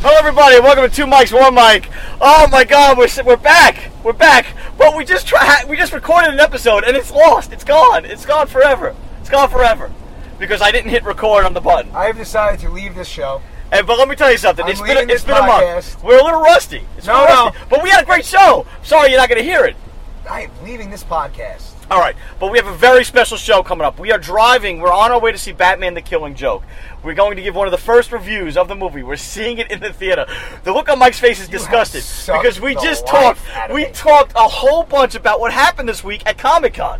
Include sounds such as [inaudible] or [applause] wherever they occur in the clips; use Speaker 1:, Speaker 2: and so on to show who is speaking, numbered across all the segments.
Speaker 1: Hello, everybody. Welcome to Two Mics, One Mic. Oh my God, we're we're back. We're back. But we just try, we just recorded an episode and it's lost. It's gone. It's gone forever. It's gone forever because I didn't hit record on the button.
Speaker 2: I have decided to leave this show.
Speaker 1: And, but let me tell you something.
Speaker 2: I'm
Speaker 1: It's been
Speaker 2: leaving
Speaker 1: a, it's
Speaker 2: this
Speaker 1: been a month.
Speaker 2: podcast.
Speaker 1: We're a little rusty. It's
Speaker 2: No,
Speaker 1: been rusty.
Speaker 2: no.
Speaker 1: But we had a great show. Sorry, you're not going to hear it.
Speaker 2: I am leaving this podcast.
Speaker 1: All right, but we have a very special show coming up. We are driving. We're on our way to see Batman: The Killing Joke. We're going to give one of the first reviews of the movie. We're seeing it in the theater. The look on Mike's face is disgusted
Speaker 2: sucked
Speaker 1: because we
Speaker 2: the
Speaker 1: just
Speaker 2: life
Speaker 1: talked.
Speaker 2: out of
Speaker 1: We
Speaker 2: me.
Speaker 1: talked a whole bunch about what happened this week at Comic Con.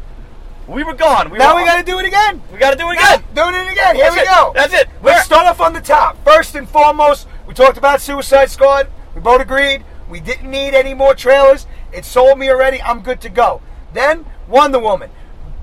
Speaker 1: We were gone. We
Speaker 2: Now
Speaker 1: were,
Speaker 2: we got to do it again.
Speaker 1: We got to do it again.
Speaker 2: Doing it again. Here
Speaker 1: That's
Speaker 2: we
Speaker 1: it.
Speaker 2: go.
Speaker 1: That's it. We're-
Speaker 2: Let's start off on the top. First and foremost, we talked about Suicide Squad. We both agreed we didn't need any more trailers. It sold me already. I'm good to go. Then Wonder Woman,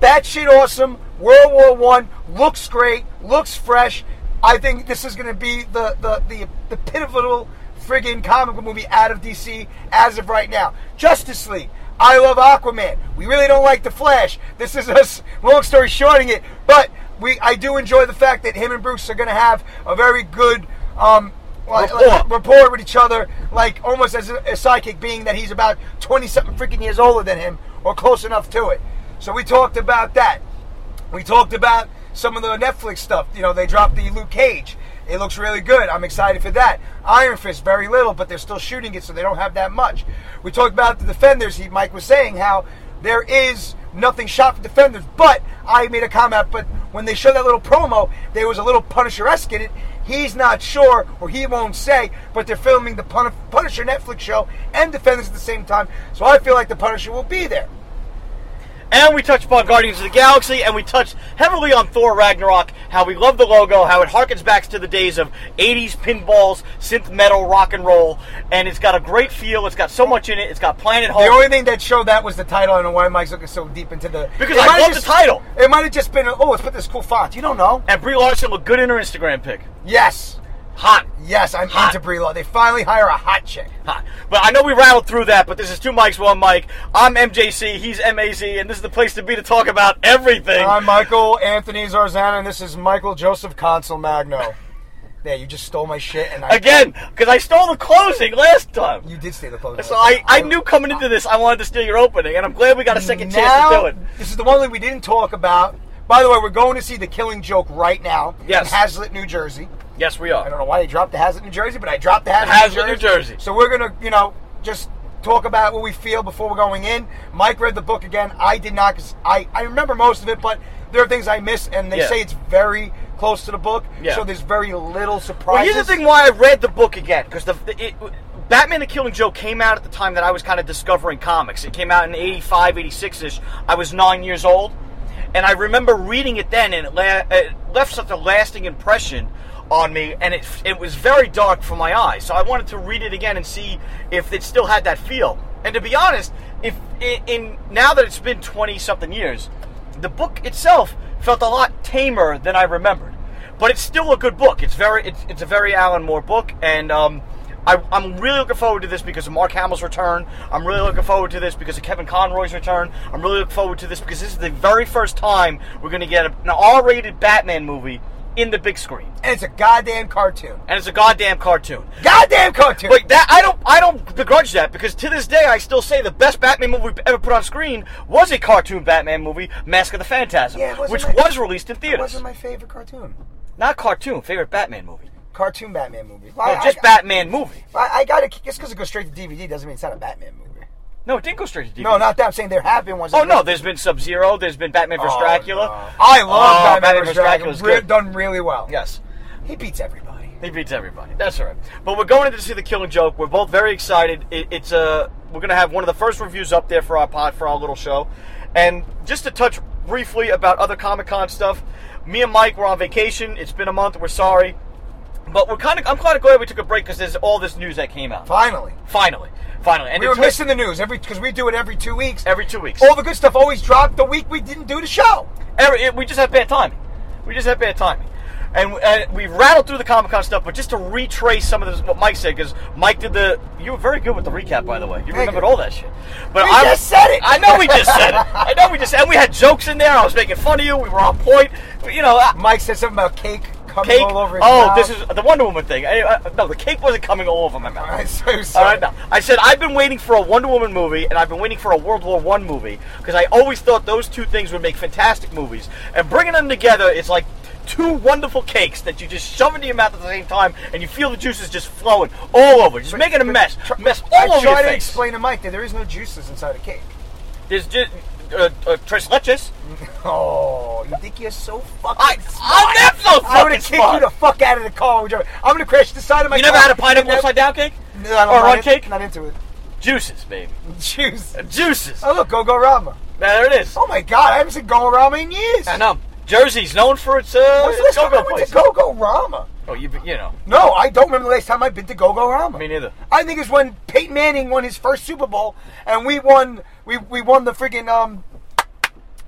Speaker 2: batshit awesome. World War One looks great. Looks fresh. I think this is going to be the the the, the pivotal friggin' comic book movie out of DC as of right now. Justice League. I love Aquaman. We really don't like the Flash. This is us. Long story shorting it, but we I do enjoy the fact that him and Bruce are going to have a very good um, like-
Speaker 1: Rapport.
Speaker 2: like, rapport with each other, like almost as a, a psychic being that he's about twenty something freaking years older than him or close enough to it. So we talked about that. We talked about some of the Netflix stuff. You know, they dropped the Luke Cage. It looks really good. I'm excited for that. Iron Fist, very little, but they're still shooting it, so they don't have that much. We talked about the Defenders. He, Mike was saying how there is nothing shot for Defenders, but I made a comment. But when they showed that little promo, there was a little Punisher esque in it. He's not sure, or he won't say, but they're filming the Pun- Punisher Netflix show and Defenders at the same time, so I feel like the Punisher will be there.
Speaker 1: And we touched upon Guardians of the Galaxy, and we touched heavily on Thor Ragnarok, how we love the logo, how it harkens back to the days of 80s pinballs, synth metal, rock and roll, and it's got a great feel, it's got so much in it, it's got Planet Hulk.
Speaker 2: The only thing that showed that was the title. I don't know why Mike's looking so deep into the
Speaker 1: Because
Speaker 2: It
Speaker 1: I
Speaker 2: might have
Speaker 1: love the title.
Speaker 2: It might have just been oh, let's put this cool font. You don't know.
Speaker 1: and Brie Larson looked good in her Instagram pic.
Speaker 2: Yes,
Speaker 1: Hot.
Speaker 2: yes, I'm
Speaker 1: Hot.
Speaker 2: into Brie Law. They finally hire a hot chick.
Speaker 1: Hot. But I know we rattled through that, but this is two mics, one mic. I'm MJC, he's MAZ, and this is the place to be to talk about everything.
Speaker 2: I'm Michael Anthony Zarzana, and this is Michael Joseph Consul Magno. There, you just stole my shit, and I,
Speaker 1: Again, because I stole the closing last time.
Speaker 2: you did steal the phone.
Speaker 1: So I, I knew coming into this I wanted to steal your opening, and I'm glad we got a second chance to do it.
Speaker 2: This is the one thing we didn't talk about. By the way, we're going to see The Killing Joke right now
Speaker 1: Yes.
Speaker 2: in Hazlitt, New Jersey.
Speaker 1: Yes, we
Speaker 2: I
Speaker 1: are.
Speaker 2: don't know why they dropped the Hazlitt, New Jersey, but I dropped the Hazlitt,
Speaker 1: Hazlitt, New Jersey.
Speaker 2: So we're gonna, you know, just talk about what we feel before we're going in. Mike read the book again. I did not. 'cause I I remember most of it, but there are things I missed, and they
Speaker 1: Yeah.
Speaker 2: say it's very close to the book.
Speaker 1: Yeah.
Speaker 2: So there's very little
Speaker 1: Well,
Speaker 2: surprises.
Speaker 1: here's the thing: why I read the book again because the, the it, Batman: The Killing Joke came out at the time that I was kind of discovering comics. It came out in 85, 86 ish. I was nine years old, and I remember reading it then, and it, la- it left such a lasting impression on me, and it it was very dark for my eyes. So I wanted to read it again and see if it still had that feel. And to be honest, if in, in now that it's been 20 something years, the book itself felt a lot tamer than I remembered but it's still a good book. It's very it's, it's a very Alan Moore book, and um, I, I'm really looking forward to this because of Mark Hamill's return. I'm really looking forward to this because of Kevin Conroy's return. I'm really looking forward to this because this is the very first time we're going to get an R-rated Batman movie in the big screen,
Speaker 2: and it's a goddamn cartoon.
Speaker 1: and it's a goddamn cartoon.
Speaker 2: Goddamn cartoon.
Speaker 1: Wait, that I don't I don't begrudge that because to this day I still say the best Batman movie we've ever put on screen was a cartoon Batman movie, Mask of the Phantasm,
Speaker 2: Yeah, it wasn't
Speaker 1: which
Speaker 2: my-
Speaker 1: was released in
Speaker 2: That
Speaker 1: theaters.
Speaker 2: wasn't my favorite cartoon.
Speaker 1: Not cartoon, favorite Batman movie.
Speaker 2: Cartoon Batman movie.
Speaker 1: No,
Speaker 2: I,
Speaker 1: Oh, just
Speaker 2: I,
Speaker 1: Batman movie.
Speaker 2: I, I gotta just because it goes straight to DVD doesn't mean it's not a Batman movie.
Speaker 1: No, it didn't go straight to DVD.
Speaker 2: No, not that. I'm saying there have been ones.
Speaker 1: Oh no, there's been Sub Zero. There's been Batman vs
Speaker 2: Oh,
Speaker 1: Dracula.
Speaker 2: no. I love
Speaker 1: Oh,
Speaker 2: Batman, vs. Dracula.
Speaker 1: is
Speaker 2: Re-
Speaker 1: good.
Speaker 2: Done really well.
Speaker 1: Yes,
Speaker 2: He beats everybody.
Speaker 1: he beats everybody. That's all right. But we're going in to see the Killing Joke. We're both very excited. It, it's a We're gonna have one of the first reviews up there for our pod for our little show, and just to touch briefly about other Comic Con stuff. Me and Mike were on vacation. It's been a month. We're sorry, but we're kind of. I'm kind of glad we took a break because there's all this news that came out.
Speaker 2: Finally.
Speaker 1: Finally, finally, and
Speaker 2: We
Speaker 1: it
Speaker 2: were
Speaker 1: took-
Speaker 2: missing the news every because we do it every two weeks.
Speaker 1: Every two weeks.
Speaker 2: All the good stuff always dropped the week we didn't do the show.
Speaker 1: Every, it- we just had bad timing. We just had bad timing. And uh, we rattled through the Comic Con stuff, but just to retrace some of this, what Mike said, because Mike did the. You were very good with the recap, by the way. You remembered all that shit. But
Speaker 2: We
Speaker 1: I
Speaker 2: just said it.
Speaker 1: I know we just said
Speaker 2: [laughs]
Speaker 1: it. I know we just and we had jokes in there. I was making fun of you. We were on point. But, you know, I-
Speaker 2: Mike said something about cake coming
Speaker 1: cake.
Speaker 2: all over his
Speaker 1: oh,
Speaker 2: mouth.
Speaker 1: this is the Wonder Woman thing. I, I, no, the cake wasn't coming all over my mouth.
Speaker 2: [laughs] I'm so
Speaker 1: All
Speaker 2: sorry.
Speaker 1: right, now I said I've been waiting for a Wonder Woman movie, and I've been waiting for a World War One movie because I always thought those two things would make fantastic movies. And bringing them together is like two wonderful cakes that you just shove into your mouth at the same time, and you feel the juices just flowing all over, just making a mess,
Speaker 2: Tr-
Speaker 1: mess all
Speaker 2: I
Speaker 1: over your
Speaker 2: tried to
Speaker 1: face.
Speaker 2: explain to Mike that there is no juices inside a cake. [laughs]
Speaker 1: There's just uh, uh, tres leches.
Speaker 2: Oh, you think you're so fucking
Speaker 1: I,
Speaker 2: smart?
Speaker 1: I am so fucking
Speaker 2: I would have kicked
Speaker 1: smart.
Speaker 2: you the fuck out of the car. when you drove- I'm gonna crash the side of my
Speaker 1: You
Speaker 2: car.
Speaker 1: never had a pineapple
Speaker 2: And
Speaker 1: upside
Speaker 2: then-
Speaker 1: down cake
Speaker 2: No, I don't
Speaker 1: or
Speaker 2: mind
Speaker 1: on
Speaker 2: it.
Speaker 1: cake?
Speaker 2: Not into it. [laughs]
Speaker 1: Juices, baby.
Speaker 2: Juice.
Speaker 1: Juices.
Speaker 2: Oh look, Go Go Rama.
Speaker 1: There it is.
Speaker 2: Oh my god, I haven't seen Go Go Rama in years.
Speaker 1: I know. Jersey's known for its uh,
Speaker 2: When's the last time I
Speaker 1: go-go
Speaker 2: went
Speaker 1: place.
Speaker 2: to Go Go Rama?
Speaker 1: Oh, you, you know.
Speaker 2: No, I don't remember the last time I've been to Go Go Rama.
Speaker 1: Me neither.
Speaker 2: I think it was when Peyton Manning won his first Super Bowl, and we won. We we won the friggin' um.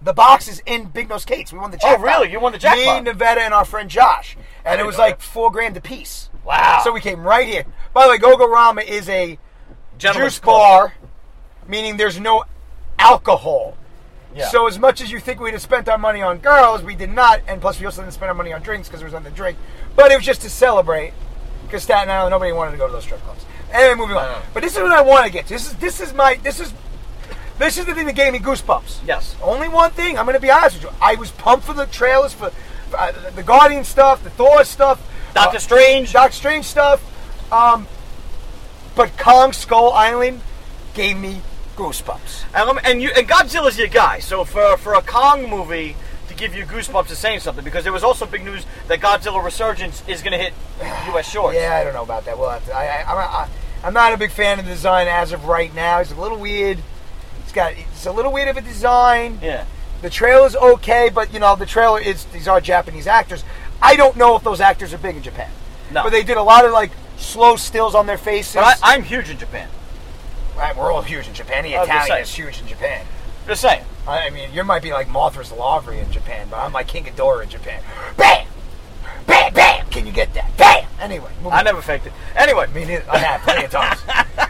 Speaker 2: The boxes in Big Nose Cakes. We won the jackpot.
Speaker 1: Oh, really? You won the jackpot?
Speaker 2: Me, Nevada, and our friend Josh, and it was
Speaker 1: know
Speaker 2: like
Speaker 1: that.
Speaker 2: four grand a piece.
Speaker 1: Wow.
Speaker 2: So we came right here. By the way, Gogo Rama is a
Speaker 1: Gentlemen's
Speaker 2: juice
Speaker 1: club.
Speaker 2: bar, meaning there's no alcohol.
Speaker 1: Yeah.
Speaker 2: So as much as you think we'd have spent our money on girls, we did not, and plus we also didn't spend our money on drinks because it was on the drink. But it was just to celebrate because Staten Island nobody wanted to go to those strip clubs. Anyway, moving
Speaker 1: Uh-huh.
Speaker 2: on. But this is what I want to get. to. This is this is my this is this is the thing that gave me goosebumps.
Speaker 1: Yes.
Speaker 2: Only one thing. I'm going to be honest with you. I was pumped for the trailers for, for, uh, the Guardian stuff, the Thor stuff, Uh,
Speaker 1: Doctor Strange.
Speaker 2: Doctor Strange stuff. Um, but Kong Skull Island gave me goosebumps.
Speaker 1: And, lem- and you and Godzilla's your guy. So for for a Kong movie to give you goosebumps is saying something because there was also big news that Godzilla Resurgence is going to hit U.S. shores.
Speaker 2: Yeah, I don't know about that. We'll have to. I, I, I'm, I, I'm not a big fan of the design as of right now. It's a little weird. It's got. It's a little weird of a design.
Speaker 1: Yeah.
Speaker 2: The trailer's okay, but you know the trailer is these are Japanese actors. I don't know if those actors are big in Japan.
Speaker 1: No.
Speaker 2: But they did a lot of like slow stills on their faces.
Speaker 1: But I, I'm huge in Japan.
Speaker 2: Right, we're all huge in Japan. The
Speaker 1: I was gonna
Speaker 2: Italian is
Speaker 1: say.
Speaker 2: huge in Japan.
Speaker 1: Just saying.
Speaker 2: I I mean, you might be like Mothra's Lavry in Japan, but I'm like King Ghidorah in Japan. Bam, bam, bam. Can you get that? Bam. Anyway, moving
Speaker 1: I
Speaker 2: on.
Speaker 1: never faked it. Anyway,
Speaker 2: Me neither. I have plenty
Speaker 1: [laughs]
Speaker 2: of times. I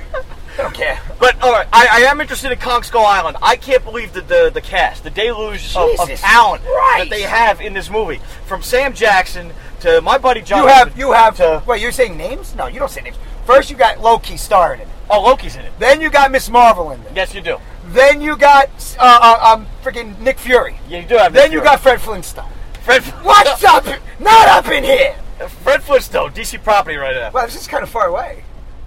Speaker 2: don't care.
Speaker 1: but all right, I, I am interested in Kong Skull Island. I can't believe the the, the cast, the deluge of, of
Speaker 2: Jesus
Speaker 1: talent that
Speaker 2: Christ.
Speaker 1: they have in this movie, from Sam Jackson to my buddy John.
Speaker 2: You have, you have.
Speaker 1: to
Speaker 2: wait, you're saying names? No, you don't say names. First, you got Loki starring in it.
Speaker 1: oh Loki's in it.
Speaker 2: Then you got Miss Marvel in it.
Speaker 1: Yes, you do.
Speaker 2: Then you got uh, uh, um, freaking Nick Fury.
Speaker 1: Yeah, you do have.
Speaker 2: Then
Speaker 1: Nick
Speaker 2: you
Speaker 1: Fury.
Speaker 2: got Fred Flintstone.
Speaker 1: Fred. [laughs]
Speaker 2: What's up? Not up in here.
Speaker 1: Fred Flintstone, DC property right now.
Speaker 2: Well, this is kind of far away.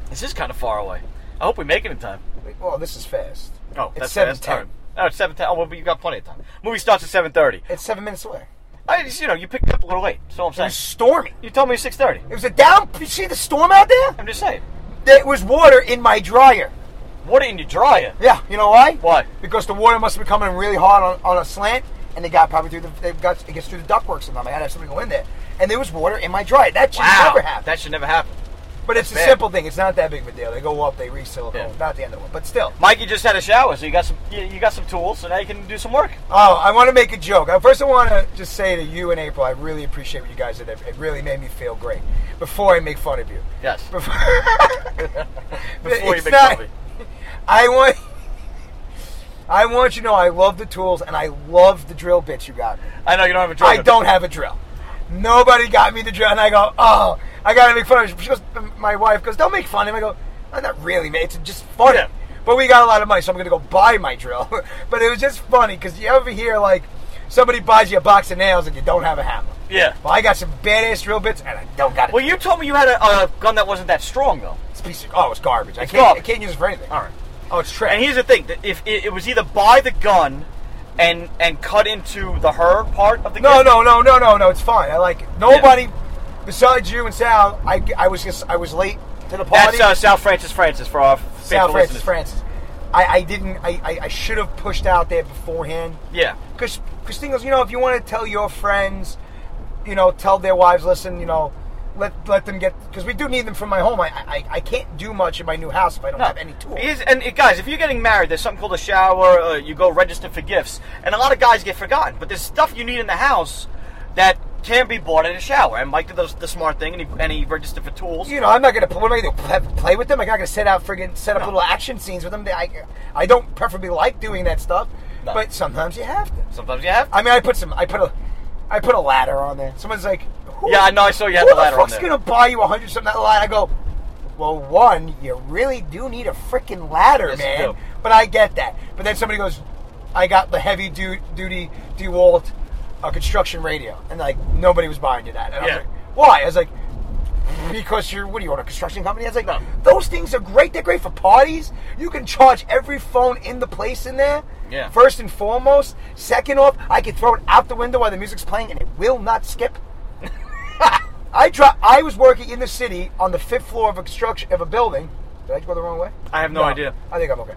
Speaker 1: This is kind of far away. I hope we make it in time.
Speaker 2: Wait, Well, this is fast.
Speaker 1: Oh,
Speaker 2: it's
Speaker 1: that's
Speaker 2: seven
Speaker 1: that's
Speaker 2: ten.
Speaker 1: time. Oh, it's seven ten. Oh, well, but you got plenty of time. Movie starts at seven thirty.
Speaker 2: It's seven minutes away.
Speaker 1: I just, you know, you picked me up a little late. So I'm
Speaker 2: It
Speaker 1: saying.
Speaker 2: was stormy.
Speaker 1: You told me six thirty.
Speaker 2: It was a down. You see the storm out there?
Speaker 1: I'm just saying.
Speaker 2: There was water in my dryer.
Speaker 1: Water in your dryer.
Speaker 2: Yeah, you know why?
Speaker 1: Why?
Speaker 2: Because the water must have been coming really hard on, on a slant, and it got probably through the it, got, it gets through the ductwork somehow. I had to have something go in there, and there was water in my dryer. That should never happen.
Speaker 1: That should never happen.
Speaker 2: but it's a
Speaker 1: bad.
Speaker 2: simple thing. It's not that big of a deal. They go up, they re-silicone.
Speaker 1: Yeah.
Speaker 2: Not the end of the world, but still.
Speaker 1: Mike, you just had a shower, so you got some. You, you got some tools, so now you can do some work.
Speaker 2: Oh, I want to make a joke. Uh, First, I want to just say to you and April, I really appreciate what you guys did. It really made me feel great. Before I make fun of you,
Speaker 1: Yes.
Speaker 2: Before,
Speaker 1: Before you
Speaker 2: It's
Speaker 1: make
Speaker 2: not-
Speaker 1: coffee.
Speaker 2: [laughs] I want. [laughs] I want you to know I love the tools and I love the drill bits you got me.
Speaker 1: I know you don't have a dryer.
Speaker 2: I don't have a drill. Nobody got me the drill, and I go, oh, I gotta make fun of him. She goes, my wife goes, don't make fun of him. I go, I'm not really, man. It's just funny.
Speaker 1: Yeah.
Speaker 2: But we got a lot of money, so I'm gonna go buy my drill. [laughs] but it was just funny because you ever hear like somebody buys you a box of nails and you don't have a hammer.
Speaker 1: Yeah.
Speaker 2: Well, I got some badass drill bits, and I don't got it.
Speaker 1: Well, you told me you had a, a gun that wasn't that strong though.
Speaker 2: It's a piece of, oh, it's garbage. I
Speaker 1: It's
Speaker 2: can't.
Speaker 1: garbage.
Speaker 2: I can't use it for anything.
Speaker 1: All right.
Speaker 2: Oh, it's trash.
Speaker 1: And here's the thing: that if it, it was either buy the gun and and cut into the her part of the
Speaker 2: No,
Speaker 1: gun.
Speaker 2: no, no, no, no, no. It's fine. I like it. Nobody besides you and Sal. I, I was just I was late to the party.
Speaker 1: That's uh, Sal Francis Francis uh, for our faithful
Speaker 2: Sal Francis
Speaker 1: listeners.
Speaker 2: Francis. I, I didn't. I, I, I should have pushed out there beforehand.
Speaker 1: Yeah.
Speaker 2: Because things, you know, if you want to tell your friends, you know, tell their wives, listen, you know, let let them get because we do need them from my home. I, I I can't do much in my new house if I don't have any tools.
Speaker 1: Here's- and uh, guys, if you're getting married, there's something called a shower. Uh, you go register for gifts, and a lot of guys get forgotten. But there's stuff you need in the house that can be bought in a shower. And Mike did the, the smart thing, and he, and he registered for tools.
Speaker 2: You know, I'm not gonna. What am I gonna do? Have to play with them? I'm not gonna set out friggin' set up little action scenes with them. They- I I don't preferably like doing that stuff,
Speaker 1: No.
Speaker 2: but sometimes you have to.
Speaker 1: Sometimes you have.
Speaker 2: I mean, I put some. I put a. I put a ladder on there. Someone's like, who,
Speaker 1: Yeah, I know, I saw you had the
Speaker 2: who
Speaker 1: ladder on
Speaker 2: fuck's
Speaker 1: there.
Speaker 2: gonna buy you a hundred something that ladder? I go, well, one, you really do need a freaking ladder,
Speaker 1: Yes, you
Speaker 2: man.
Speaker 1: do.
Speaker 2: But I get that. But then somebody goes, I got the heavy du- duty Dewalt uh, construction radio, and like nobody was buying you that. And
Speaker 1: Yeah.
Speaker 2: I was like, why? I was like, because you're what do you own a construction company? I was like,
Speaker 1: No.
Speaker 2: those things are great. They're great for parties. You can charge every phone in the place in there.
Speaker 1: Yeah.
Speaker 2: First and foremost. Second off, I can throw it out the window while the music's playing, and it will not
Speaker 1: [laughs]
Speaker 2: skip. I dro- I was working in the city on the fifth floor of a construction of a building. Did I go the wrong way?
Speaker 1: I have no idea.
Speaker 2: I think I'm okay.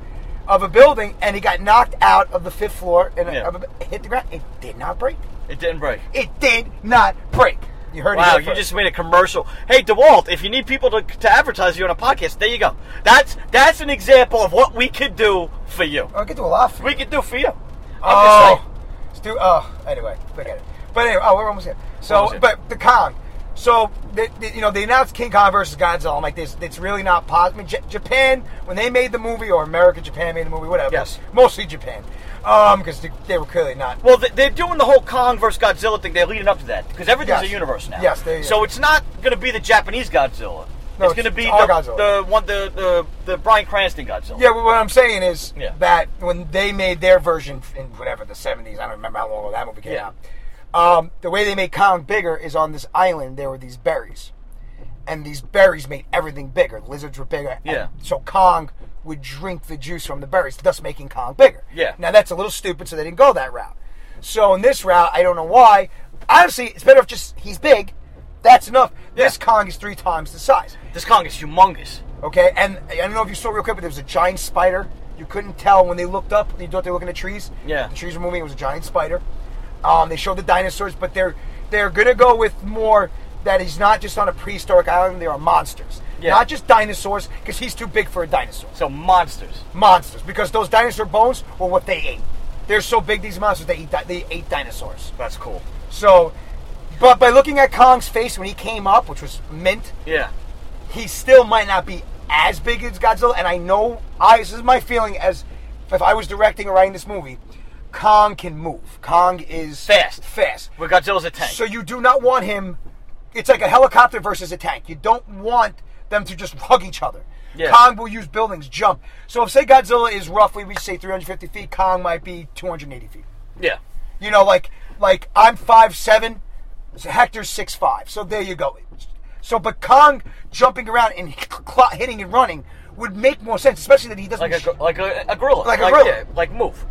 Speaker 2: Of a building, and he got knocked out of the fifth floor and
Speaker 1: Yeah.
Speaker 2: of a- hit the ground. It did not break.
Speaker 1: It didn't break.
Speaker 2: It did not break. You heard it.
Speaker 1: Wow,
Speaker 2: here
Speaker 1: you
Speaker 2: first.
Speaker 1: just made a commercial. Hey, DeWalt, if you need people to, to advertise you on a podcast, there you go. That's that's an example of what we could do for you.
Speaker 2: I could do Oh, a lot. For you.
Speaker 1: We could do for you. I'm just
Speaker 2: Oh,
Speaker 1: saying.
Speaker 2: Stu. Oh, anyway, forget it. But anyway, oh, we're almost here. So,
Speaker 1: Almost here.
Speaker 2: but the Kong. So, they, they- you know, they announced King Kong versus Godzilla. I'm like, this, it's really not possible. I mean, J- Japan, when they made the movie, or America, Japan made the movie, whatever.
Speaker 1: Yes.
Speaker 2: Mostly Japan, um, because they, they were clearly not.
Speaker 1: Well, they- they're doing the whole Kong versus Godzilla thing. They're leading up to that because everything's
Speaker 2: Yes.
Speaker 1: a universe now.
Speaker 2: Yes, there you
Speaker 1: So
Speaker 2: go.
Speaker 1: it's not going to be the Japanese Godzilla.
Speaker 2: No,
Speaker 1: it's going to
Speaker 2: it's
Speaker 1: be
Speaker 2: our
Speaker 1: the,
Speaker 2: Godzilla.
Speaker 1: the one the, the the Brian Cranston Godzilla.
Speaker 2: Yeah, but what I'm saying is
Speaker 1: Yeah.
Speaker 2: that when they made their version in whatever the 70s, I don't remember how long ago that movie came
Speaker 1: Yeah.
Speaker 2: out. Um, the way they made Kong bigger is on this island. There were these berries, and these berries made everything bigger. Lizards were bigger. and
Speaker 1: Yeah.
Speaker 2: So Kong would drink the juice from the berries, thus making Kong bigger.
Speaker 1: Yeah.
Speaker 2: Now that's a little stupid, so they didn't go that route. So in this route, I don't know why. Honestly, it's better if just he's big. That's enough. This Kong is three times the size.
Speaker 1: This Kong is humongous.
Speaker 2: Okay, and I don't know if you saw real quick, but there was a giant spider. You couldn't tell when they looked up. You thought they were looking at trees.
Speaker 1: Yeah.
Speaker 2: the trees were moving. It was a giant spider. Um, they showed the dinosaurs, but they're they're gonna go with more that he's not just on a prehistoric island. There are monsters,
Speaker 1: Yeah.
Speaker 2: not just dinosaurs, because he's too big for a dinosaur.
Speaker 1: So monsters.
Speaker 2: Monsters, because those dinosaur bones were what they ate. They're so big, these monsters they eat di- they ate dinosaurs.
Speaker 1: That's cool.
Speaker 2: So, but by looking at Kong's face when he came up, which was mint,
Speaker 1: Yeah.
Speaker 2: he still might not be as big as Godzilla. And I know, I this is my feeling as if I was directing or writing this movie. Kong can move. Kong is
Speaker 1: Fast.
Speaker 2: fast.
Speaker 1: Where Godzilla's a tank.
Speaker 2: So you do not want him. It's like a helicopter versus a tank. You don't want them to just hug each other.
Speaker 1: Yeah.
Speaker 2: Kong will use buildings, jump. So if say Godzilla is roughly we say 350 feet, Kong might be 280 feet.
Speaker 1: yeah.
Speaker 2: You know, like like I'm five seven, Hector's six five. So there you go. So, but Kong jumping around and cl- hitting and running would make more sense, especially that he doesn't
Speaker 1: Like
Speaker 2: sh-
Speaker 1: a like a, a gorilla.
Speaker 2: Like a gorilla.
Speaker 1: yeah, like move.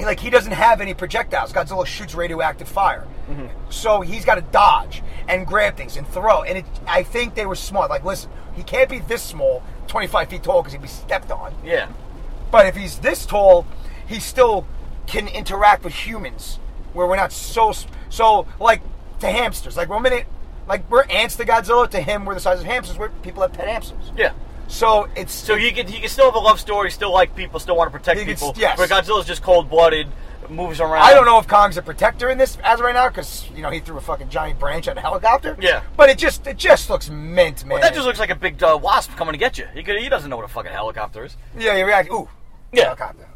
Speaker 2: like he doesn't have any projectiles. Godzilla shoots radioactive fire,
Speaker 1: Mm-hmm.
Speaker 2: so he's got to dodge and grab things and throw. And it, I think they were smart. Like, listen, he can't be this small, twenty five feet tall, because he'd be stepped on.
Speaker 1: Yeah.
Speaker 2: But if he's this tall, he still can interact with humans, where we're not so so like to hamsters. Like one minute, like we're ants to Godzilla. To him, we're the size of hamsters. We're people have pet hamsters.
Speaker 1: Yeah.
Speaker 2: So it's
Speaker 1: So you can you can still have a love story, still like people, still want to protect
Speaker 2: He can s-
Speaker 1: people.
Speaker 2: yes.
Speaker 1: Where Godzilla's just cold blooded, moves around.
Speaker 2: I don't know if Kong's a protector in this as of right now because you know he threw a fucking giant branch at a helicopter.
Speaker 1: Yeah.
Speaker 2: but it just it just looks mint, man.
Speaker 1: That just looks like a big uh, wasp coming to get you. He, could, he doesn't know what a fucking helicopter is.
Speaker 2: yeah. You react. Ooh,
Speaker 1: Yeah.
Speaker 2: helicopter.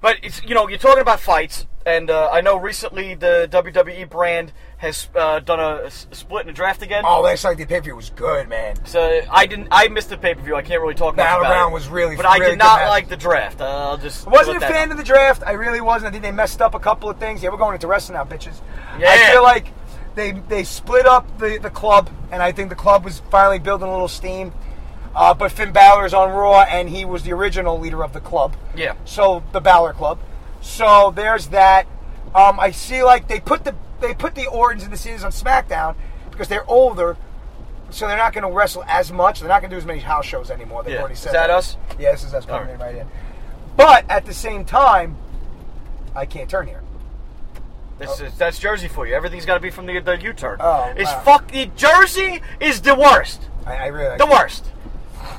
Speaker 1: But it's you know you're talking about fights, and uh, I know recently the WWE brand has uh, done a, s- split in the draft again.
Speaker 2: Oh, last night the pay per view was good, man.
Speaker 1: So I didn't. I missed the pay per view. I can't really talk. much about
Speaker 2: Battleground
Speaker 1: it.
Speaker 2: was really-
Speaker 1: But I did
Speaker 2: really good
Speaker 1: not
Speaker 2: match.
Speaker 1: like the draft. Uh, I'll just
Speaker 2: Wasn't a
Speaker 1: put that
Speaker 2: fan
Speaker 1: out.
Speaker 2: of the draft. I really wasn't. I think they messed up a couple of things. Yeah, we're going into wrestling now, bitches.
Speaker 1: Yeah.
Speaker 2: I feel like they they split up the, the club, and I think the club was finally building a little steam. Uh, but Finn Balor is on Raw, and he was the original leader of the club.
Speaker 1: Yeah.
Speaker 2: So the Balor Club. So there's that. Um, I see like they put the they put the Ortons and the Cenas on SmackDown because they're older, so they're not going to wrestle as much. They're not going to do as many house shows anymore. They've
Speaker 1: Yeah.
Speaker 2: already
Speaker 1: Is
Speaker 2: said
Speaker 1: that us?
Speaker 2: Yeah, this is us
Speaker 1: All
Speaker 2: coming in
Speaker 1: right.
Speaker 2: right in. But at the same time, I can't turn here.
Speaker 1: This is that's Jersey for you. Everything's got to be from the the U turn.
Speaker 2: Oh,
Speaker 1: it's
Speaker 2: wow.
Speaker 1: fuck. it- Jersey is the worst.
Speaker 2: I, I really.
Speaker 1: The worst.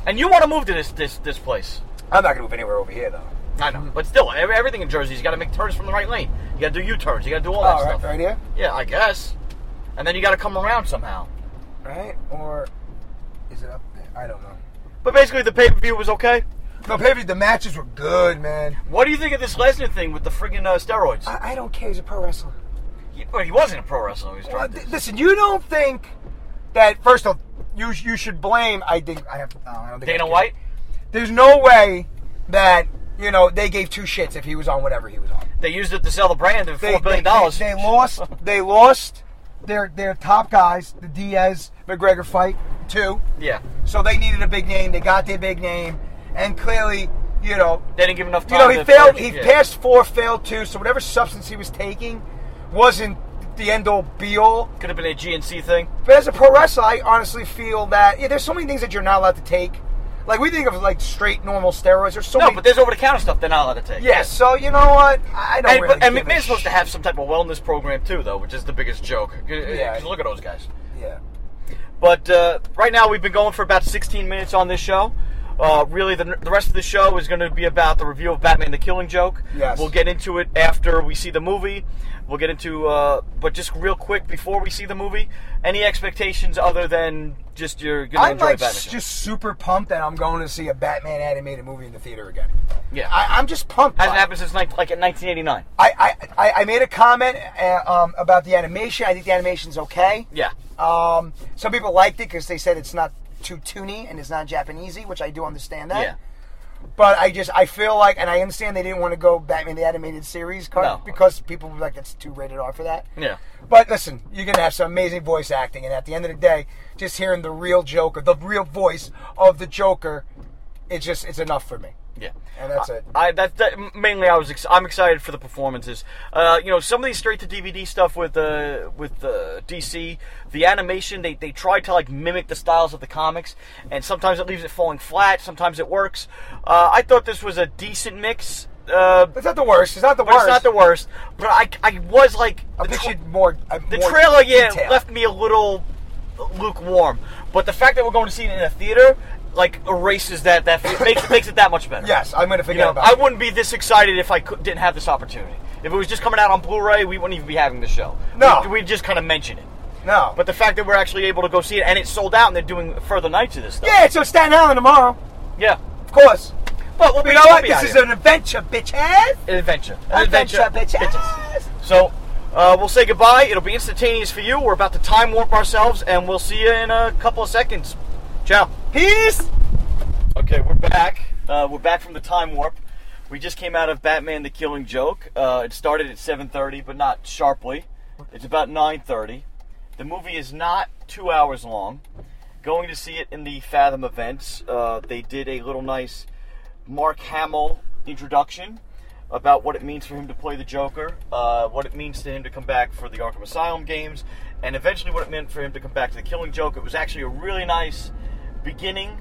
Speaker 1: And you want to move to this this this place?
Speaker 2: I'm not gonna move anywhere over here though.
Speaker 1: I know, but still, ev- everything in Jersey, you got to make turns from the right lane. You got to do U turns. You got to do all that
Speaker 2: All Oh, right,
Speaker 1: stuff.
Speaker 2: right here,
Speaker 1: Yeah, I guess. And then you got to come around somehow.
Speaker 2: right? Or is it up there? I don't know.
Speaker 1: But basically, the pay per view was okay.
Speaker 2: No, baby, the matches were good, man.
Speaker 1: What do you think of this Lesnar thing with the friggin' uh, steroids?
Speaker 2: I, I don't care. He's a pro wrestler.
Speaker 1: he, well, he wasn't a pro wrestler. He was
Speaker 2: Well,
Speaker 1: trying
Speaker 2: th-
Speaker 1: to.
Speaker 2: listen, you don't think that first of all, you sh- you should blame. I think I have. Uh, I don't think I
Speaker 1: Dana
Speaker 2: can.
Speaker 1: White,
Speaker 2: There's no way that you know they gave two shits if he was on whatever he was on.
Speaker 1: they used it to sell the brand at
Speaker 2: They,
Speaker 1: four billion
Speaker 2: they,
Speaker 1: dollars.
Speaker 2: they, they lost. They lost their their top guys, the Diaz McGregor fight too.
Speaker 1: Yeah,
Speaker 2: So they needed a big name. They got their big name, and clearly, you know,
Speaker 1: they didn't give enough
Speaker 2: you
Speaker 1: time.
Speaker 2: know, he
Speaker 1: to
Speaker 2: failed.
Speaker 1: finish
Speaker 2: He
Speaker 1: it, yeah.
Speaker 2: passed four, failed two. So whatever substance he was taking wasn't the end all be all.
Speaker 1: Could have been a GNC thing.
Speaker 2: But as a pro wrestler, I honestly feel that yeah, there's so many things that you're not allowed to take. Like we think of like straight normal steroids. There's so
Speaker 1: No,
Speaker 2: many.
Speaker 1: but there's over the counter stuff they're not allowed to take.
Speaker 2: yeah, So you know what? I don't.
Speaker 1: And,
Speaker 2: really
Speaker 1: but, and
Speaker 2: give a
Speaker 1: McMahon's supposed to
Speaker 2: sh-
Speaker 1: have some type of wellness program too, though, which is the biggest joke.
Speaker 2: Yeah.
Speaker 1: Yeah. Look at those guys.
Speaker 2: Yeah.
Speaker 1: But uh, right now, we've been going for about 16 minutes on this show. Uh, really, the, the rest of the show is going to be about the review of Batman: The Killing Joke.
Speaker 2: Yes.
Speaker 1: We'll get into it after we see the movie. We'll get into, uh, but just real quick before we see the movie, any expectations other than just you're going to
Speaker 2: I'm
Speaker 1: enjoy
Speaker 2: like
Speaker 1: Batman?
Speaker 2: s- just super pumped that I'm going to see a Batman animated movie in the theater again.
Speaker 1: yeah.
Speaker 2: I, I'm just pumped. by
Speaker 1: Hasn't
Speaker 2: it.
Speaker 1: happened since like, like in 1989.
Speaker 2: I, I, I- I made a comment uh, um, about the animation. I think the animation's okay.
Speaker 1: Yeah.
Speaker 2: Um, some people liked it because they said it's not too toony and it's not Japanesey, which I do understand that.
Speaker 1: Yeah.
Speaker 2: But I just I feel like, and I understand they didn't want to go Batman the animated series cut
Speaker 1: No.
Speaker 2: because people were like that's too rated R for that.
Speaker 1: Yeah.
Speaker 2: But listen, you're gonna have some amazing voice acting, and at the end of the day, just hearing the real Joker, the real voice of the Joker, it's just it's enough for me,
Speaker 1: Yeah.
Speaker 2: and that's it.
Speaker 1: I that, that mainly I was ex- I'm excited for the performances. Uh, you know, some of these straight to DVD stuff with uh, with uh, DC, the animation they they try to like mimic the styles of the comics, and sometimes it leaves it falling flat. Sometimes it works. Uh, I thought this was a decent mix. Uh,
Speaker 2: It's not the worst. It's not the
Speaker 1: but
Speaker 2: worst.
Speaker 1: it's not the worst. But I, I was like
Speaker 2: I
Speaker 1: the tw-
Speaker 2: pictured more. uh,
Speaker 1: the
Speaker 2: more
Speaker 1: trailer, yeah,
Speaker 2: detail.
Speaker 1: left me a little lukewarm. But the fact that we're going to see it in a theater, like, erases that. That fe- makes makes it that much better.
Speaker 2: Yes, I'm gonna
Speaker 1: You
Speaker 2: forget
Speaker 1: know,
Speaker 2: about.
Speaker 1: I
Speaker 2: it.
Speaker 1: wouldn't be this excited if I could, didn't have this opportunity. If it was just coming out on Blu-ray, we wouldn't even be having the show.
Speaker 2: No.
Speaker 1: we, we'd just kind of mention it.
Speaker 2: No,
Speaker 1: But the fact that we're actually able to go see it and it's sold out and they're doing further nights of this stuff.
Speaker 2: yeah, it's on Staten Island tomorrow,
Speaker 1: yeah.
Speaker 2: of course.
Speaker 1: But we'll
Speaker 2: But
Speaker 1: be,
Speaker 2: you know what?
Speaker 1: we'll be
Speaker 2: This
Speaker 1: out
Speaker 2: is
Speaker 1: here.
Speaker 2: an adventure, bitch ass.
Speaker 1: an adventure. An
Speaker 2: Adventure, bitch
Speaker 1: Bitches.
Speaker 2: ass.
Speaker 1: So uh, we'll say goodbye. It'll be instantaneous for you. We're about to time warp ourselves, and we'll see you in a couple of seconds. Ciao.
Speaker 2: Peace.
Speaker 1: Okay, we're back. Uh, we're back from the time warp. We just came out of Batman: The Killing Joke. Uh, it started at 7:30, but not sharply. It's about 9:30. The movie is not two hours long. Going to see it in the Fathom events. Uh, they did a little nice Mark Hamill introduction about what it means for him to play the Joker, uh, what it means to him to come back for the Arkham Asylum games, and eventually what it meant for him to come back to the Killing Joke. It was actually a really nice beginning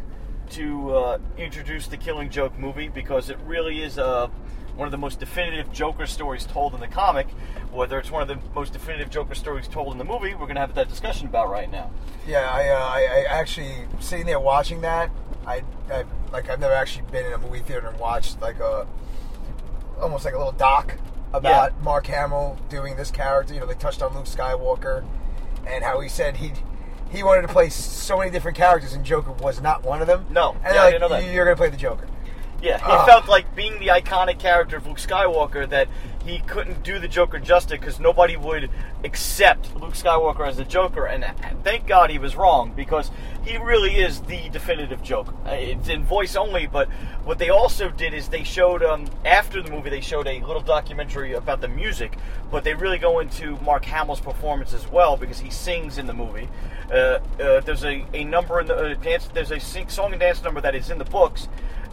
Speaker 1: to uh, introduce the Killing Joke movie because it really is uh one of the most definitive Joker stories told in the comic. Whether it's one of the most definitive Joker stories told in the movie, we're going to have that discussion about right now.
Speaker 2: Yeah, I, uh, I, I actually sitting there watching that. I, I like I've never actually been in a movie theater and watched like a almost like a little doc about
Speaker 1: Yeah.
Speaker 2: Mark Hamill doing this character. You know, they touched on Luke Skywalker and how he said he he wanted to play so many different characters and Joker was not one of them.
Speaker 1: No.
Speaker 2: and
Speaker 1: Yeah, I
Speaker 2: they're
Speaker 1: didn't know
Speaker 2: like
Speaker 1: that.
Speaker 2: you're gonna play the Joker.
Speaker 1: Yeah, he
Speaker 2: Ah.
Speaker 1: felt like being the iconic character of Luke Skywalker that he couldn't do the Joker justice because nobody would accept Luke Skywalker as the Joker, and thank God he was wrong because he really is the definitive Joker. Uh, It's in voice only, but what they also did is they showed um, after the movie they showed a little documentary about the music, but they really go into Mark Hamill's performance as well because he sings in the movie. Uh, uh, there's a, a number in the uh, dance. There's a sing, song and dance number that is in the books.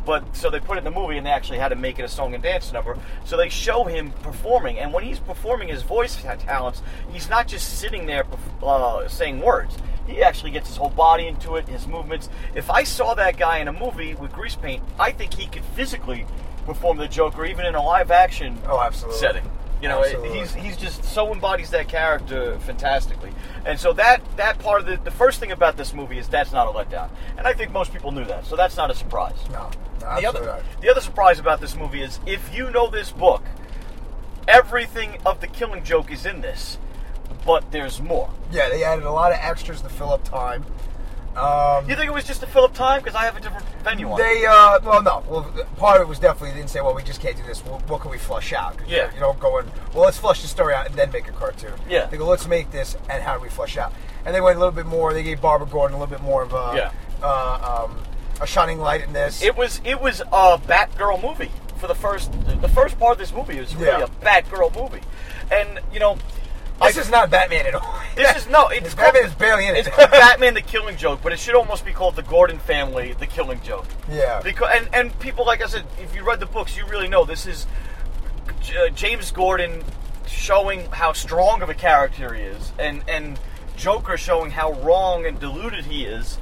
Speaker 1: But so they put it in the movie, and they actually had to make it a song and dance number. So they show him performing, and when he's performing his voice ta- talents, he's not just sitting there perf- uh, saying words. He actually gets his whole body into it, his movements. If I saw that guy in a movie with grease paint, I think he could physically perform the Joker, even in a live action
Speaker 2: Oh, absolutely.
Speaker 1: setting. You know, it-
Speaker 2: Absolutely.
Speaker 1: he's he's just so embodies that character fantastically, and so that that part of the the first thing about this movie is that's not a letdown, and I think most people knew that, so that's not a surprise.
Speaker 2: No, no
Speaker 1: The
Speaker 2: absolutely
Speaker 1: other,
Speaker 2: not.
Speaker 1: the other surprise about this movie is if you know this book, everything of the Killing Joke is in this, but there's more.
Speaker 2: Yeah, they added a lot of extras to fill up time. Um,
Speaker 1: You think it was just to fill up time? Because I have a different venue on.
Speaker 2: they, uh, well, no. Well, part of it was definitely they didn't say, well, we just can't do this. What, what can we flush out? 'Cause
Speaker 1: Yeah.
Speaker 2: You don't go in, well, let's flush the story out and then make a cartoon.
Speaker 1: Yeah.
Speaker 2: They go, let's make this and how do we flush out? And they went a little bit more, they gave Barbara Gordon a little bit more of a,
Speaker 1: Yeah.
Speaker 2: uh, um, a shining light in this.
Speaker 1: It was it was a Batgirl movie for the first the first part of this movie is really
Speaker 2: Yeah.
Speaker 1: a Batgirl movie, and you know.
Speaker 2: this is not Batman at
Speaker 1: [laughs]
Speaker 2: all.
Speaker 1: This is no. It's called,
Speaker 2: Batman is barely in it. [laughs]
Speaker 1: It's called Batman: The Killing Joke, but it should almost be called the Gordon Family: The Killing Joke.
Speaker 2: Yeah.
Speaker 1: Because and and people like I said, if you read the books, you really know this is J- uh, James Gordon showing how strong of a character he is, and and Joker showing how wrong and deluded he is,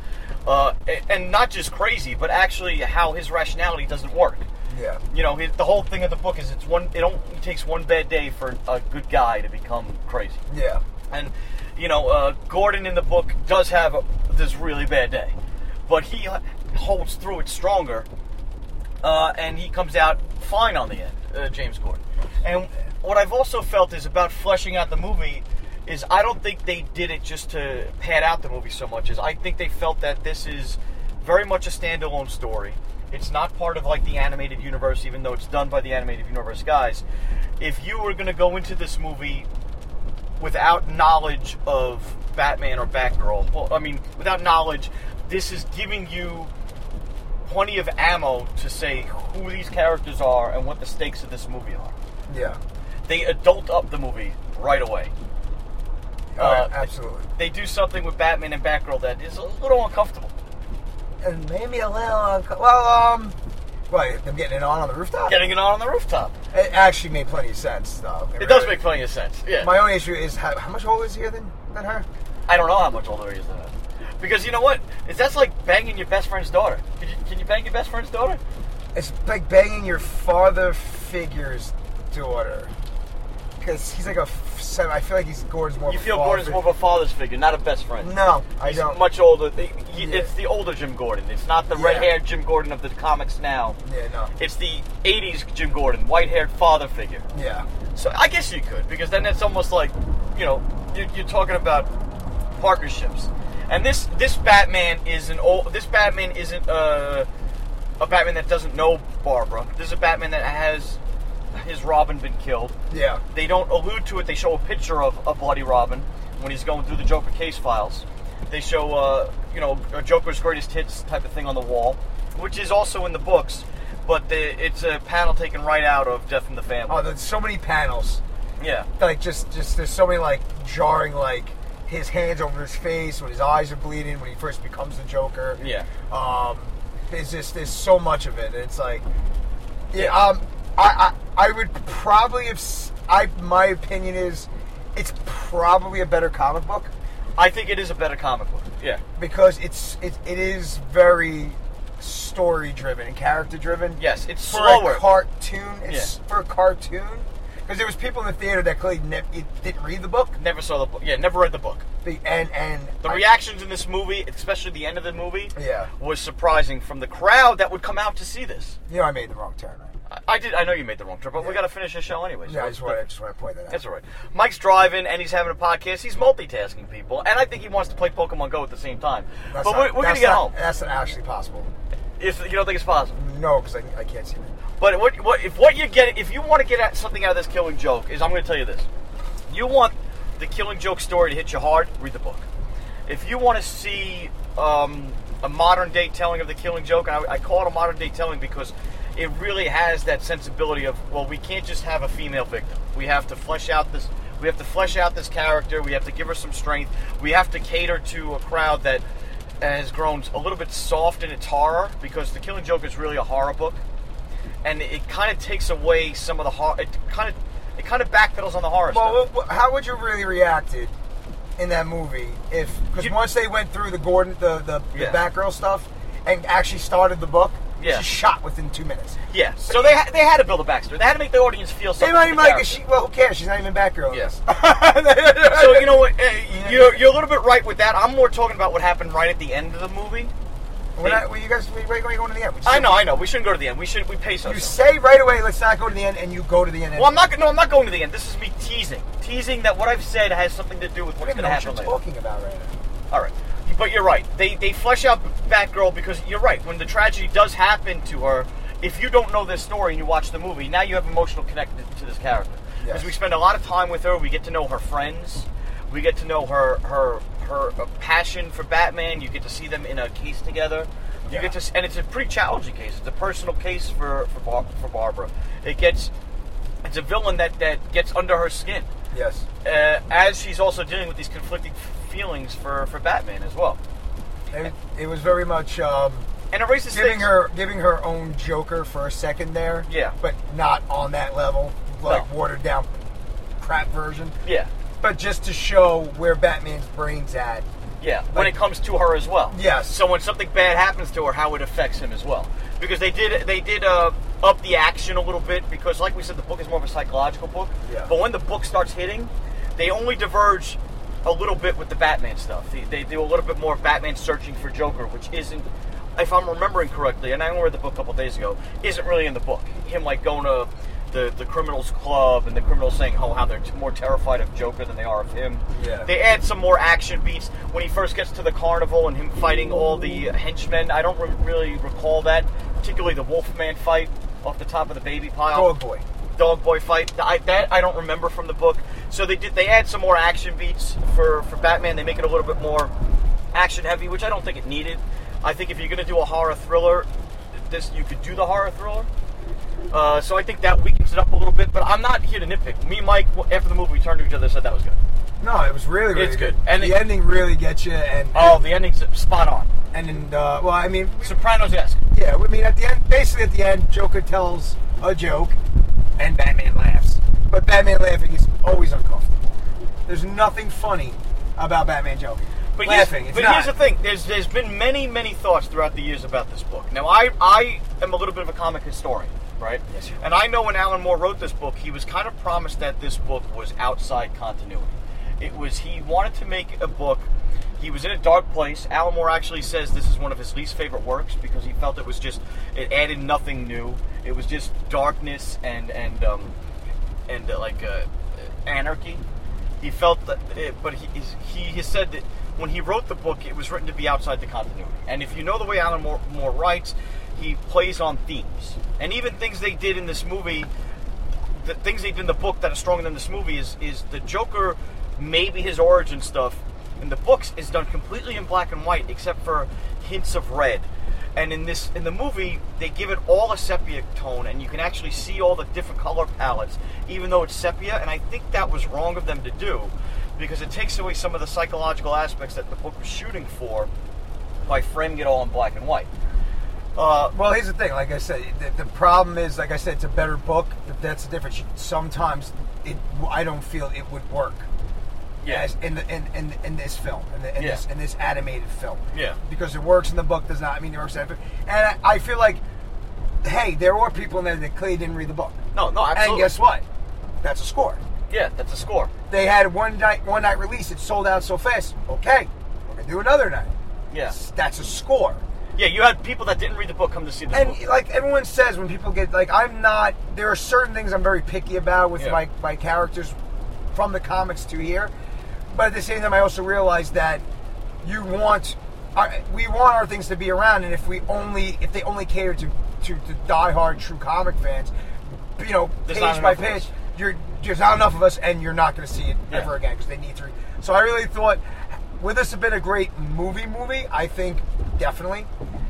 Speaker 1: uh, a- and not just crazy, but actually how his rationality doesn't work.
Speaker 2: Yeah.
Speaker 1: You know, he- the whole thing of the book is it's one. It only takes one bad day for a good guy to become crazy.
Speaker 2: Yeah.
Speaker 1: And you know, uh, Gordon in the book does have a, this really bad day, but he h- holds through it stronger, uh, and he comes out fine on the end. Uh, James Gordon. And what I've also felt is about fleshing out the movie is I don't think they did it just to pad out the movie so much as I think they felt that this is very much a standalone story. It's not part of like the animated universe, even though it's done by the animated universe guys. If you were going to go into this movie without knowledge of Batman or Batgirl. Well, I mean, without knowledge, this is giving you plenty of ammo to say who these characters are and what the stakes of this movie are.
Speaker 2: Yeah.
Speaker 1: They adult up the movie right away.
Speaker 2: Oh,
Speaker 1: Uh,
Speaker 2: absolutely.
Speaker 1: They do something with Batman and Batgirl that is a little uncomfortable.
Speaker 2: And maybe a little, unco- well, um, well, them getting it on on the rooftop?
Speaker 1: Getting it on on the rooftop.
Speaker 2: It actually made plenty of sense, though.
Speaker 1: It does make plenty of sense. Yeah.
Speaker 2: My only issue is how, how much older is he than, than her?
Speaker 1: I don't know how much older he is than us. Because you know what? Is that's like banging your best friend's daughter. Can you, can you bang your best friend's daughter?
Speaker 2: It's like banging your father figure's daughter. Because he's like a f- seven. I feel like he's Gordon's more.
Speaker 1: You
Speaker 2: of a
Speaker 1: feel
Speaker 2: father
Speaker 1: Gordon's more of a father's figure, not a best friend.
Speaker 2: figure. No, I
Speaker 1: He's
Speaker 2: don't.
Speaker 1: much older. He- he-
Speaker 2: Yeah.
Speaker 1: It's the older Jim Gordon. It's not the
Speaker 2: Yeah.
Speaker 1: red-haired Jim Gordon of the comics now.
Speaker 2: Yeah, no.
Speaker 1: It's the '80s Jim Gordon, white-haired father figure.
Speaker 2: yeah,
Speaker 1: So I guess you could, because then it's almost like, you know, you're, you're talking about partnerships. And this this Batman is an old. This Batman isn't uh, a Batman that doesn't know Barbara. This is a Batman that has his Robin been killed
Speaker 2: yeah,
Speaker 1: they don't allude to it. They show a picture of a bloody Robin when he's going through the Joker case files. They show, uh, you know, a Joker's greatest hits type of thing on the wall, which is also in the books. But the, it's a panel taken right out of Death in the Family.
Speaker 2: Oh, there's so many panels.
Speaker 1: yeah,
Speaker 2: Like just, just there's so many like jarring like his hands over his face when his eyes are bleeding when he first becomes the Joker.
Speaker 1: yeah.
Speaker 2: Um, there's just there's so much of it. and It's like, yeah. Um, I, I I would probably have. s- I my opinion is, it's probably a better comic book
Speaker 1: I think it is a better comic book. Yeah,
Speaker 2: because it's it, it is very story driven and character driven.
Speaker 1: Yes, it's
Speaker 2: for
Speaker 1: slower.
Speaker 2: a cartoon. It's for a cartoon because there was people in the theater that clearly ne- it didn't read the book
Speaker 1: never saw the book. Yeah, never read the book.
Speaker 2: the, and and
Speaker 1: The reactions in this movie, especially the end of the movie,
Speaker 2: Yeah.
Speaker 1: was surprising from the crowd that would come out to see this.
Speaker 2: you know I made the wrong turn. Right?
Speaker 1: I, I did. I know you made the wrong trip, but we got to finish the show anyways.
Speaker 2: Yeah, I just want I just want to point that out.
Speaker 1: That's all right. Mike's driving and he's having a podcast. He's multitasking people, and I think he wants to play Pokemon Go at the same time.
Speaker 2: That's
Speaker 1: but
Speaker 2: not-
Speaker 1: we're, we're going
Speaker 2: that's
Speaker 1: to get
Speaker 2: not-
Speaker 1: home.
Speaker 2: That's not actually possible.
Speaker 1: If you don't think it's possible,
Speaker 2: No, because I, I can't see it.
Speaker 1: but what, what if what you get if you want to get at something out of this Killing Joke is I'm going to tell you this: you want the Killing Joke story to hit you hard, read the book. If you want to see um, a modern day telling of the Killing Joke, and I, I call it a modern day telling because it really has that sensibility of well, we can't just have a female victim. We have to flesh out this. We have to flesh out this character. We have to give her some strength. We have to cater to a crowd that has grown a little bit soft in its horror because the Killing Joke is really a horror book and it kind of takes away some of the horror. It kind of it kind of backpedals on the horror
Speaker 2: Well,
Speaker 1: stuff.
Speaker 2: what, what, how would you really reacted in that movie if because
Speaker 1: You-
Speaker 2: once they went through the Gordon the the, the
Speaker 1: Yeah.
Speaker 2: Batgirl stuff and actually started the book,
Speaker 1: Yeah.
Speaker 2: She's shot within two minutes.
Speaker 1: Yeah, so they ha- they had to build a backstory. They had to make the audience feel
Speaker 2: They
Speaker 1: something.
Speaker 2: might
Speaker 1: for
Speaker 2: even
Speaker 1: the
Speaker 2: like,
Speaker 1: character.
Speaker 2: she, well, who cares? She's not even
Speaker 1: [laughs]
Speaker 2: Batgirl. [laughs]
Speaker 1: Yes. so you know what? eh, You're, you're a little bit right with that. I'm more talking about what happened right at the end of the movie.
Speaker 2: We're not, well, you guys, we- we're going to the end. We
Speaker 1: I
Speaker 2: said-
Speaker 1: know, I know. We shouldn't go to the end. We should we pace
Speaker 2: You
Speaker 1: ourselves.
Speaker 2: say right away, let's not go to the end, and you go to the end.
Speaker 1: well, I'm not. go- No, I'm not going to the end. This is me teasing, teasing that what I've said has something to do with
Speaker 2: I
Speaker 1: what's
Speaker 2: don't
Speaker 1: going
Speaker 2: know
Speaker 1: to
Speaker 2: what
Speaker 1: happen later.
Speaker 2: you're talking about right now.
Speaker 1: All right, but you're right. They they flesh out Batgirl because you're right. When the tragedy does happen to her, if you don't know this story and you watch the movie, now you have emotional connected to this character because
Speaker 2: Yes.
Speaker 1: we spend a lot of time with her. We get to know her friends. We get to know her her her uh, passion for Batman. You get to see them in a case together. You
Speaker 2: Yeah.
Speaker 1: get to s- and it's a pretty challenging case. It's a personal case for for, Bar- for Barbara. It gets it's a villain that that gets under her skin
Speaker 2: Yes.
Speaker 1: uh, as she's also dealing with these conflicting f- feelings for, for Batman as well.
Speaker 2: It, it was very much um,
Speaker 1: And it raises
Speaker 2: giving
Speaker 1: things-
Speaker 2: her giving her own Joker for a second there.
Speaker 1: Yeah.
Speaker 2: But not on that level, like
Speaker 1: No.
Speaker 2: watered down crap version.
Speaker 1: Yeah,
Speaker 2: But just to show where Batman's brain's at.
Speaker 1: yeah. when it comes to her as well.
Speaker 2: Yes.
Speaker 1: So when something bad happens to her, how it affects him as well. Because they did they did uh, up the action a little bit because, like we said, the book is more of a psychological book.
Speaker 2: Yeah.
Speaker 1: But when the book starts hitting, they only diverge a little bit with the Batman stuff. They, they do a little bit more of Batman searching for Joker, which isn't. If I'm remembering correctly, and I only read the book a couple days ago, isn't really in the book. Him like going to the, the criminals club and the criminals saying, "Oh, how they're t- more terrified of Joker than they are of him."
Speaker 2: Yeah.
Speaker 1: They add some more action beats when he first gets to the carnival and him fighting all the henchmen. I don't re- really recall that, particularly the Wolfman fight off the top of the baby pile.
Speaker 2: Dog boy.
Speaker 1: Dog boy fight. Th- I, that I don't remember from the book. So they did. They add some more action beats for for Batman. They make it a little bit more action heavy, which I don't think it needed. I think if you're going to do a horror thriller, this you could do the horror thriller. Uh, so I think that weakens it up a little bit, but I'm not here to nitpick. Me and Mike, w- after the movie, we turned to each other and said that was good.
Speaker 2: No, it was really, really
Speaker 1: It's good. And
Speaker 2: the
Speaker 1: it-
Speaker 2: ending really gets you, and
Speaker 1: Oh, the ending's spot on.
Speaker 2: and, and uh, well, I mean,
Speaker 1: Sopranos esque.
Speaker 2: yeah, I mean, at the end, basically at the end, Joker tells a joke, and Batman laughs. But Batman laughing is always uncomfortable. There's nothing funny about Batman joking.
Speaker 1: But
Speaker 2: laughing,
Speaker 1: Here's,
Speaker 2: it's
Speaker 1: but
Speaker 2: not.
Speaker 1: here's the thing: there's there's been many many thoughts throughout the years about this book. Now, I I am a little bit of a comic historian, right?
Speaker 2: Yes, you are.
Speaker 1: And I know when Alan Moore wrote this book, he was kind of promised that this book was outside continuity. It was he wanted to make a book. He was in a dark place. Alan Moore actually says this is one of his least favorite works because he felt it was just it added nothing new. It was just darkness and and um, and uh, like uh, anarchy. He felt that, it, but he he's- he has said that when he wrote the book, it was written to be outside the continuity. And if you know the way Alan Moore, Moore writes, he plays on themes, and even things they did in this movie, the things they did in the book that are stronger than this movie is is the Joker, maybe his origin stuff in the books is done completely in black and white, except for hints of red. And in this, in the movie, they give it all a sepia tone, and you can actually see all the different color palettes, even though it's sepia. And I think that was wrong of them to do, because it takes away some of the psychological aspects that the book was shooting for by framing it all in black and white. Uh,
Speaker 2: Well, here's the thing. Like I said, the, the problem is, like I said, it's a better book. but That's the difference. Sometimes it, I don't feel it would work. As in, the, in in in this film, in, the, in
Speaker 1: Yeah.
Speaker 2: this in this animated film.
Speaker 1: Yeah.
Speaker 2: Because it works in the book does not mean it works in the film. And I, I feel like, hey, there were people in there that clearly didn't read the book.
Speaker 1: No, no, absolutely.
Speaker 2: And guess what? That's a score.
Speaker 1: Yeah, that's a score.
Speaker 2: They had one night one night release. It sold out so fast. Okay, we're gonna do another night.
Speaker 1: Yeah.
Speaker 2: That's a score.
Speaker 1: Yeah, you had people that didn't read the book come to see this
Speaker 2: And
Speaker 1: movie.
Speaker 2: like everyone says, when people get like, I'm not. There are certain things I'm very picky about with
Speaker 1: Yeah.
Speaker 2: my my characters from the comics to here. But at the same time, I also realize that you want, our, we want our things to be around, and if we only if they only cater to to, to diehard true comic fans, you know,
Speaker 1: There's not
Speaker 2: page by
Speaker 1: enough of
Speaker 2: page,
Speaker 1: us.
Speaker 2: you're there's not enough of us, and you're not going to see it
Speaker 1: Yeah.
Speaker 2: ever again because they need three. So I really thought, would this have been a great movie? Movie? I think definitely.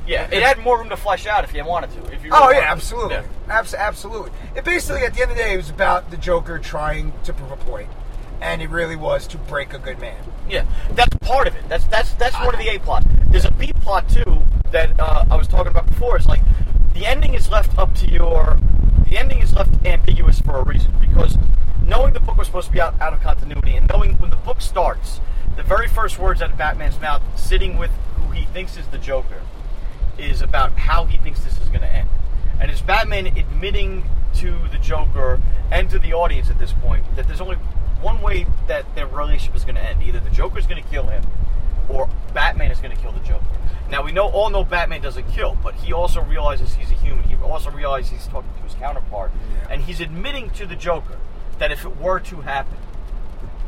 Speaker 1: yeah, it had more room to flesh out if you wanted to. If you really
Speaker 2: Oh yeah,
Speaker 1: wanted to.
Speaker 2: absolutely,
Speaker 1: Yeah.
Speaker 2: Abs- absolutely. It basically, at the end of the day, it was about the Joker trying to prove a point, and it really was to break a good man.
Speaker 1: Yeah, that's part of it. That's that's that's one of the A plot. There's a B plot too that uh, I was talking about before. It's like the ending is left up to your. The ending is left ambiguous for a reason because knowing the book was supposed to be out, out of continuity and knowing when the book starts, the very first words out of Batman's mouth, sitting with who he thinks is the Joker, is about how he thinks this is going to end. And it's Batman admitting to the Joker and to the audience at this point that there's only one way that their relationship is going to end. Either the Joker's going to kill him, or Batman is going to kill the Joker. Now we know all know Batman doesn't kill, but he also realizes he's a human. He also realizes he's talking to his counterpart, and he's admitting to the Joker that if it were to happen,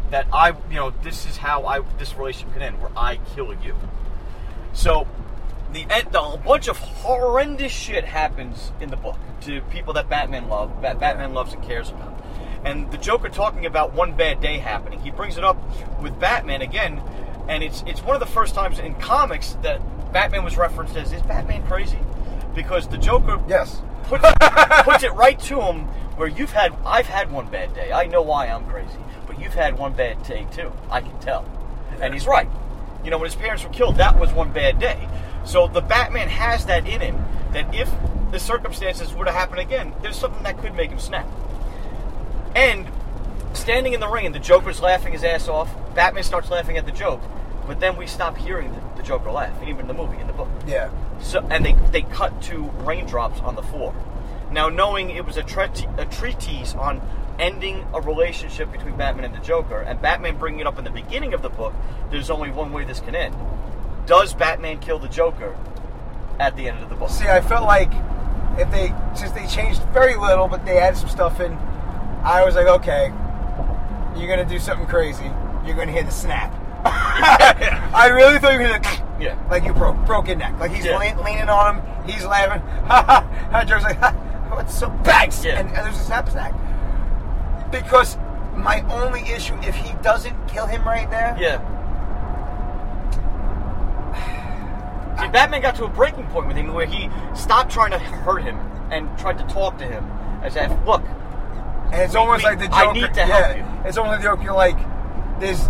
Speaker 1: that I, you know, this is how I this relationship can end, where I kill you. So the end, the whole bunch of horrendous shit happens in the book to people that Batman love, that Batman loves and cares about. And the Joker talking about one bad day happening, he brings it up with Batman again, and it's it's one of the first times in comics that Batman was referenced as is Batman crazy? Because the Joker
Speaker 2: Yes.
Speaker 1: puts, puts it right to him where you've had I've had one bad day. I know why I'm crazy, but you've had one bad day too. I can tell. And he's right. You know, when his parents were killed, that was one bad day. So the Batman has that in him that if the circumstances were to happen again, there's something that could make him snap. And standing in the ring, and the Joker's laughing his ass off. Batman starts laughing at the joke, but then we stop hearing the, the Joker laugh, even in the movie, in the book.
Speaker 2: Yeah.
Speaker 1: So, and they, they cut to raindrops on the floor. Now, knowing it was a, treati- a treatise on ending a relationship between Batman and the Joker, and Batman bringing it up in the beginning of the book, there's only one way this can end. Does Batman kill the Joker at the end of the book?
Speaker 2: See, I felt like if they since they changed very little, but they added some stuff in, I was like, okay, you're gonna do something crazy. You're gonna hear the
Speaker 1: [laughs]
Speaker 2: snap. [laughs] I really thought you were gonna.
Speaker 1: [clears throat] Yeah.
Speaker 2: Like you broke broke your neck. Like he's
Speaker 1: Yeah.
Speaker 2: lean, leaning on him. He's laughing. [laughs] Ha ha. ha. Joe's like, [laughs] ha, what's so bad?
Speaker 1: Yeah.
Speaker 2: And, and there's a snap snack. Because my only issue, if he doesn't kill him right there,
Speaker 1: Yeah. See, Batman got to a breaking point with him where he stopped trying to hurt him and tried to talk to him. I said, "Look,
Speaker 2: And it's almost
Speaker 1: we-
Speaker 2: like the Joker.
Speaker 1: I need to help
Speaker 2: yeah,
Speaker 1: you.
Speaker 2: It's almost like the Joker. You're like, there's,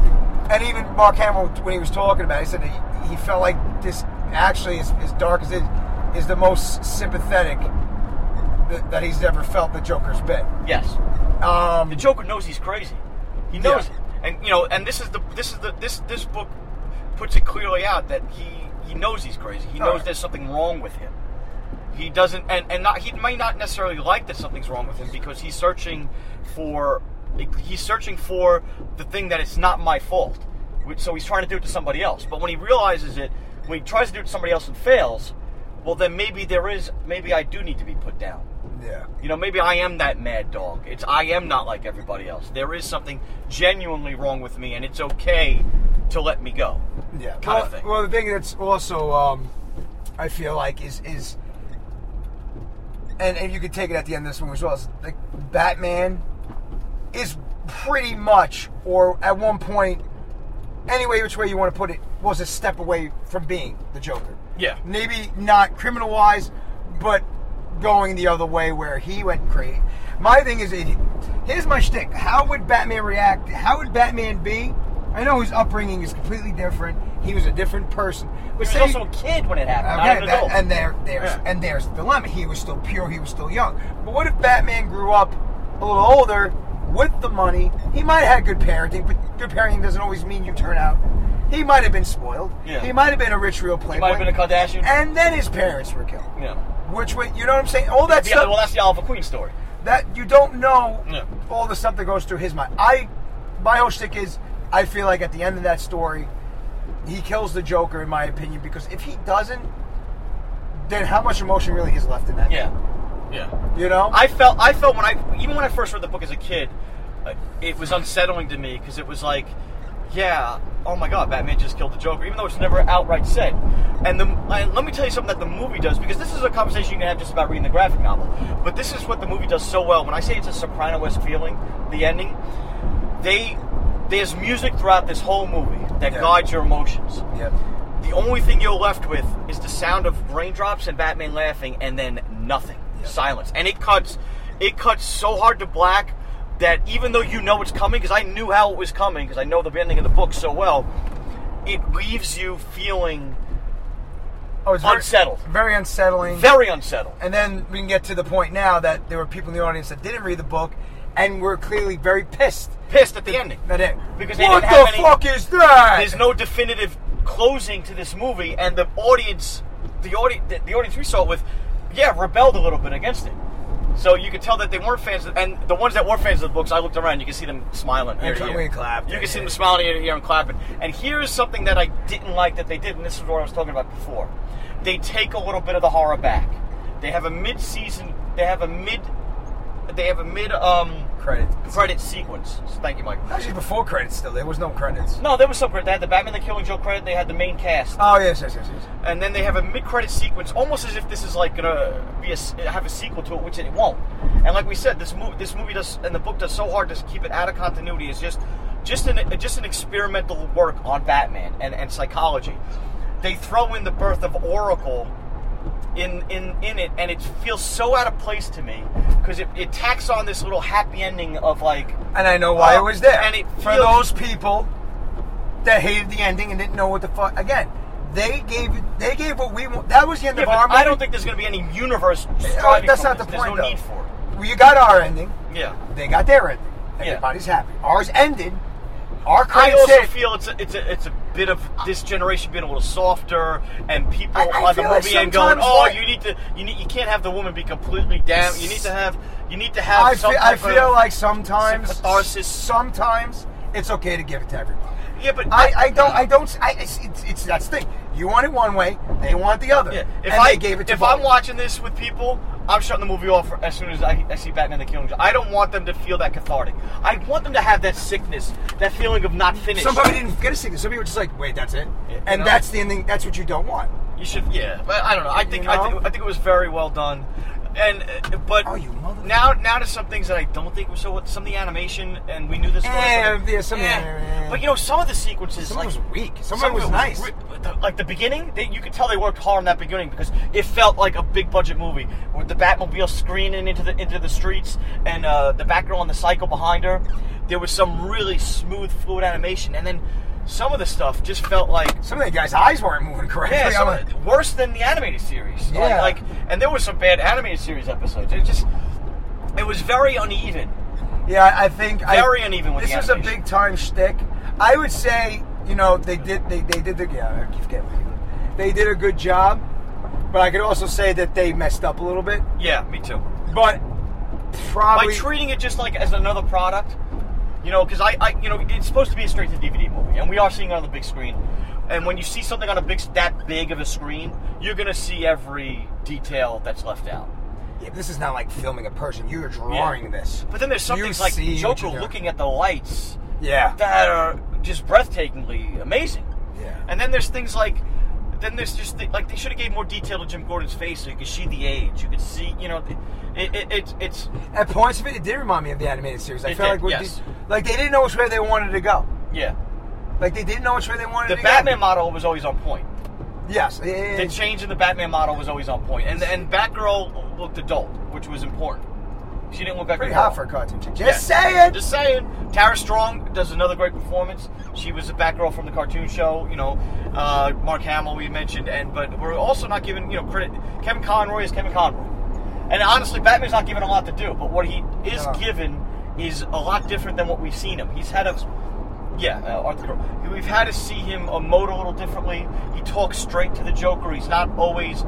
Speaker 2: and even Mark Hamill when he was talking about, it, he said he, he felt like this actually is as dark as it is the most sympathetic that, that he's ever felt the Joker's been.
Speaker 1: yes,
Speaker 2: Um,
Speaker 1: the Joker knows he's crazy. He knows
Speaker 2: Yeah.
Speaker 1: it, and you know, and this is the this is the this this book puts it clearly out that he he knows he's crazy. He knows
Speaker 2: Alright.
Speaker 1: there's something wrong with him. He doesn't, and and not he may not necessarily like that something's wrong with him because he's searching for he's searching for the thing that it's not my fault. Which- So he's trying to do it to somebody else. But when he realizes it, when he tries to do it to somebody else and fails, well then maybe there is maybe I do need to be put down.
Speaker 2: yeah.
Speaker 1: You know, maybe I am that mad dog. It's I am not like everybody else. There is something genuinely wrong with me, and it's okay to let me go.
Speaker 2: Yeah.
Speaker 1: kind
Speaker 2: well,
Speaker 1: of thing.
Speaker 2: well, the thing that's also um, I feel like is is and, and you could take it at the end of this one as well. Is like Batman is pretty much, or at one point, anyway, which way you want to put it, was a step away from being the Joker.
Speaker 1: Yeah.
Speaker 2: Maybe not criminal wise, but going the other way where he went crazy. My thing is, it, here's my shtick. How would Batman react? How would Batman be? I know his upbringing is completely different. He was a different person. But
Speaker 1: He was
Speaker 2: say-
Speaker 1: also a kid when it happened, not
Speaker 2: Okay,
Speaker 1: an
Speaker 2: that-
Speaker 1: adult.
Speaker 2: and there, there's,
Speaker 1: Yeah.
Speaker 2: and there's the dilemma. He was still pure. He was still young. But what if Batman grew up a little older with the money? He might have had good parenting, but good parenting doesn't always mean you turn out. He might have been spoiled.
Speaker 1: Yeah.
Speaker 2: He might have been a rich real playboy.
Speaker 1: might have been a Kardashian.
Speaker 2: And then his parents were killed.
Speaker 1: yeah.
Speaker 2: Which way? You know what I'm saying? All that
Speaker 1: The-
Speaker 2: stuff
Speaker 1: well, that's the Oliver Queen story.
Speaker 2: that you don't know
Speaker 1: Yeah.
Speaker 2: all the stuff that goes through his mind. I, my whole shtick is, I feel like at the end of that story, he kills the Joker in my opinion because if he doesn't, then how much emotion really is left in that?
Speaker 1: Yeah, yeah.
Speaker 2: you know.
Speaker 1: I felt I felt when I even when I first read the book as a kid, uh, it was unsettling to me because it was like, yeah, oh my god, Batman just killed the Joker, even though it's never outright said. And the and let me tell you something that the movie does because this is a conversation you can have just about reading the graphic novel, but this is what the movie does so well. When I say it's a Soprano-esque feeling, the ending, they there's music throughout this whole movie that
Speaker 2: Yeah.
Speaker 1: guides your emotions
Speaker 2: yeah,
Speaker 1: the only thing you're left with is the sound of raindrops and Batman laughing, and then nothing, silence. And it cuts, it cuts so hard to black that even though you know it's coming, because I knew how it was coming, because I know the ending of the book so well, it leaves you feeling
Speaker 2: oh, it's very-
Speaker 1: Unsettled.
Speaker 2: very unsettling.
Speaker 1: very unsettled.
Speaker 2: and then we can get to the point now that there were people in the audience that didn't read the book, and were clearly very pissed.
Speaker 1: Pissed at the ending.
Speaker 2: That it.
Speaker 1: Because they
Speaker 2: what
Speaker 1: didn't
Speaker 2: the
Speaker 1: have any-
Speaker 2: fuck is that?
Speaker 1: There's no definitive closing to this movie, and the audience the audience, the, the audience we saw it with, yeah, rebelled a little bit against it. So you could tell that they weren't fans, of, and the ones that were fans of the books, I looked around, you could see them smiling. Ear to
Speaker 2: cla-
Speaker 1: ear.
Speaker 2: we clapped,
Speaker 1: You
Speaker 2: yeah,
Speaker 1: could see
Speaker 2: yeah.
Speaker 1: them smiling ear to ear and clapping. And here's something that I didn't like that they did, and this is what I was talking about before. They take a little bit of the horror back. They have a mid-season. They have a mid. They have a mid um
Speaker 2: Credit.
Speaker 1: credit sequence. So thank you, Mike.
Speaker 2: Actually, before credits, still there was no credits.
Speaker 1: No, there was some credit. They had the Batman: The Killing Joke credit. They had the main cast,
Speaker 2: Oh yes, yes, yes, yes.
Speaker 1: and then they have a mid-credit sequence, almost as if this is like gonna be a s have a sequel to it, which it won't. And like we said, this movie, this movie does, and the book does so hard to keep it out of continuity. It's just, just an, just an experimental work on Batman and, and psychology. They throw in the birth of Oracle in in in it, and it feels so out of place to me because it, it tacks on this little happy ending of like,
Speaker 2: And I know why
Speaker 1: Uh,
Speaker 2: it was there.
Speaker 1: and it
Speaker 2: for
Speaker 1: feels-
Speaker 2: those people that hated the ending and didn't know what the fuck. Again, they gave they gave what we want. That was the end
Speaker 1: yeah,
Speaker 2: of our.
Speaker 1: but I don't
Speaker 2: movie.
Speaker 1: think there's going to be any universe.
Speaker 2: Uh,
Speaker 1: striving
Speaker 2: that's
Speaker 1: for
Speaker 2: not the
Speaker 1: this.
Speaker 2: point.
Speaker 1: There's no
Speaker 2: though.
Speaker 1: need for it.
Speaker 2: You got our ending.
Speaker 1: Yeah.
Speaker 2: They got their ending.
Speaker 1: Yeah.
Speaker 2: Everybody's happy. Ours ended. Our
Speaker 1: I
Speaker 2: credits.
Speaker 1: also
Speaker 2: said-
Speaker 1: feel it's a, it's a it's a bit of this generation being a little softer, and people
Speaker 2: I- I
Speaker 1: on the
Speaker 2: feel like
Speaker 1: movie end going,
Speaker 2: sometimes,
Speaker 1: "Oh,
Speaker 2: like-
Speaker 1: you need to you need you can't have the woman be completely down. You need to have you need to have
Speaker 2: I
Speaker 1: some
Speaker 2: feel, I
Speaker 1: type
Speaker 2: feel
Speaker 1: of-
Speaker 2: like sometimes,
Speaker 1: catharsis.
Speaker 2: sometimes it's okay to give it to everybody.
Speaker 1: yeah, but
Speaker 2: I, I don't, I don't, I, it's, it's, it's that thing. You want it one way, they want the other.
Speaker 1: Yeah. If
Speaker 2: and
Speaker 1: I
Speaker 2: they gave it to
Speaker 1: if
Speaker 2: both.
Speaker 1: I'm watching this with people, I'm shutting the movie off as soon as I, I see Batman the Killing Joke. I don't want them to feel that cathartic. I want them to have that sickness, that feeling of not finished.
Speaker 2: Some people didn't get a secret. Some people were just like, wait, that's it.
Speaker 1: Yeah, you
Speaker 2: and
Speaker 1: know?
Speaker 2: that's the ending. That's what you don't want.
Speaker 1: You should, yeah. But I don't know. I think
Speaker 2: You know?
Speaker 1: I, think I think it was very well done. And uh, but
Speaker 2: Oh, you mother-
Speaker 1: now now to some things that I don't think were so. what- Some of the animation, and we knew this.
Speaker 2: Eh,
Speaker 1: was-
Speaker 2: yeah, some of the
Speaker 1: Eh.
Speaker 2: anima-
Speaker 1: But you know, some of the sequences,
Speaker 2: Some
Speaker 1: like,
Speaker 2: of it was weak. Some,
Speaker 1: some
Speaker 2: of it was nice.
Speaker 1: re- but the- like the beginning, they, you could tell they worked hard on that beginning because it felt like a big budget movie with the Batmobile screaming into the into the streets and uh, the Batgirl on the cycle behind her. There was some really smooth, fluid animation, and then some of the stuff just felt like
Speaker 2: some of the guys' eyes weren't moving [laughs] correctly.
Speaker 1: yeah,
Speaker 2: I'm
Speaker 1: some,
Speaker 2: like,
Speaker 1: worse than the animated series. Like-
Speaker 2: Yeah.
Speaker 1: Like, and there were some bad animated series episodes. It just, it was very uneven.
Speaker 2: Yeah, I I think I-
Speaker 1: Very uneven with
Speaker 2: This
Speaker 1: the
Speaker 2: is a
Speaker 1: animation.
Speaker 2: big time shtick. I would say, you know, they did they, they did the yeah, I keep getting they did a good job, but I could also say that they messed up a little bit.
Speaker 1: Yeah, me too. By
Speaker 2: But probably
Speaker 1: treating it just like as another product, you know, because I, I, you know, it's supposed to be a straight to DVD movie, and we are seeing it on the big screen. And when you see something on a big, that big of a screen, you're gonna see every detail that's left out.
Speaker 2: Yeah, this is not like filming a person. You're drawing this.
Speaker 1: But then there's some
Speaker 2: You
Speaker 1: things like
Speaker 2: see what
Speaker 1: Joker
Speaker 2: you're doing.
Speaker 1: looking at the lights.
Speaker 2: Yeah.
Speaker 1: that are just breathtakingly amazing.
Speaker 2: Yeah.
Speaker 1: And then there's things like, then there's just the, like they should have gave more detail to Jim Gordon's face so you could see the age. You could see, you know, it, it, it it's
Speaker 2: At points of it, it did remind me of the animated series. I
Speaker 1: It
Speaker 2: felt
Speaker 1: did,
Speaker 2: like with
Speaker 1: yes.
Speaker 2: these- like they didn't know which way they wanted to go.
Speaker 1: yeah.
Speaker 2: Like they didn't know which way they wanted
Speaker 1: The
Speaker 2: to
Speaker 1: Batman
Speaker 2: go.
Speaker 1: model was always on point.
Speaker 2: Yes. eh,
Speaker 1: The change in the Batman model was always on point, and and Batgirl looked adult, which was important. She didn't look like
Speaker 2: pretty
Speaker 1: a girl.
Speaker 2: hot for a cartoon chick.
Speaker 1: Yeah.
Speaker 2: Just saying.
Speaker 1: Just saying. Tara Strong does another great performance. She was a Batgirl from the cartoon show. You know, uh, Mark Hamill we mentioned, and but we're also not giving you know credit. Kevin Conroy is Kevin Conroy, and honestly, Batman's not given a lot to do. But what he is
Speaker 2: No.
Speaker 1: given is a lot different than what we've seen him. He's had a yeah, uh, Arthur. Curry. We've had to see him emote a little differently. He talks straight to the Joker. He's not always.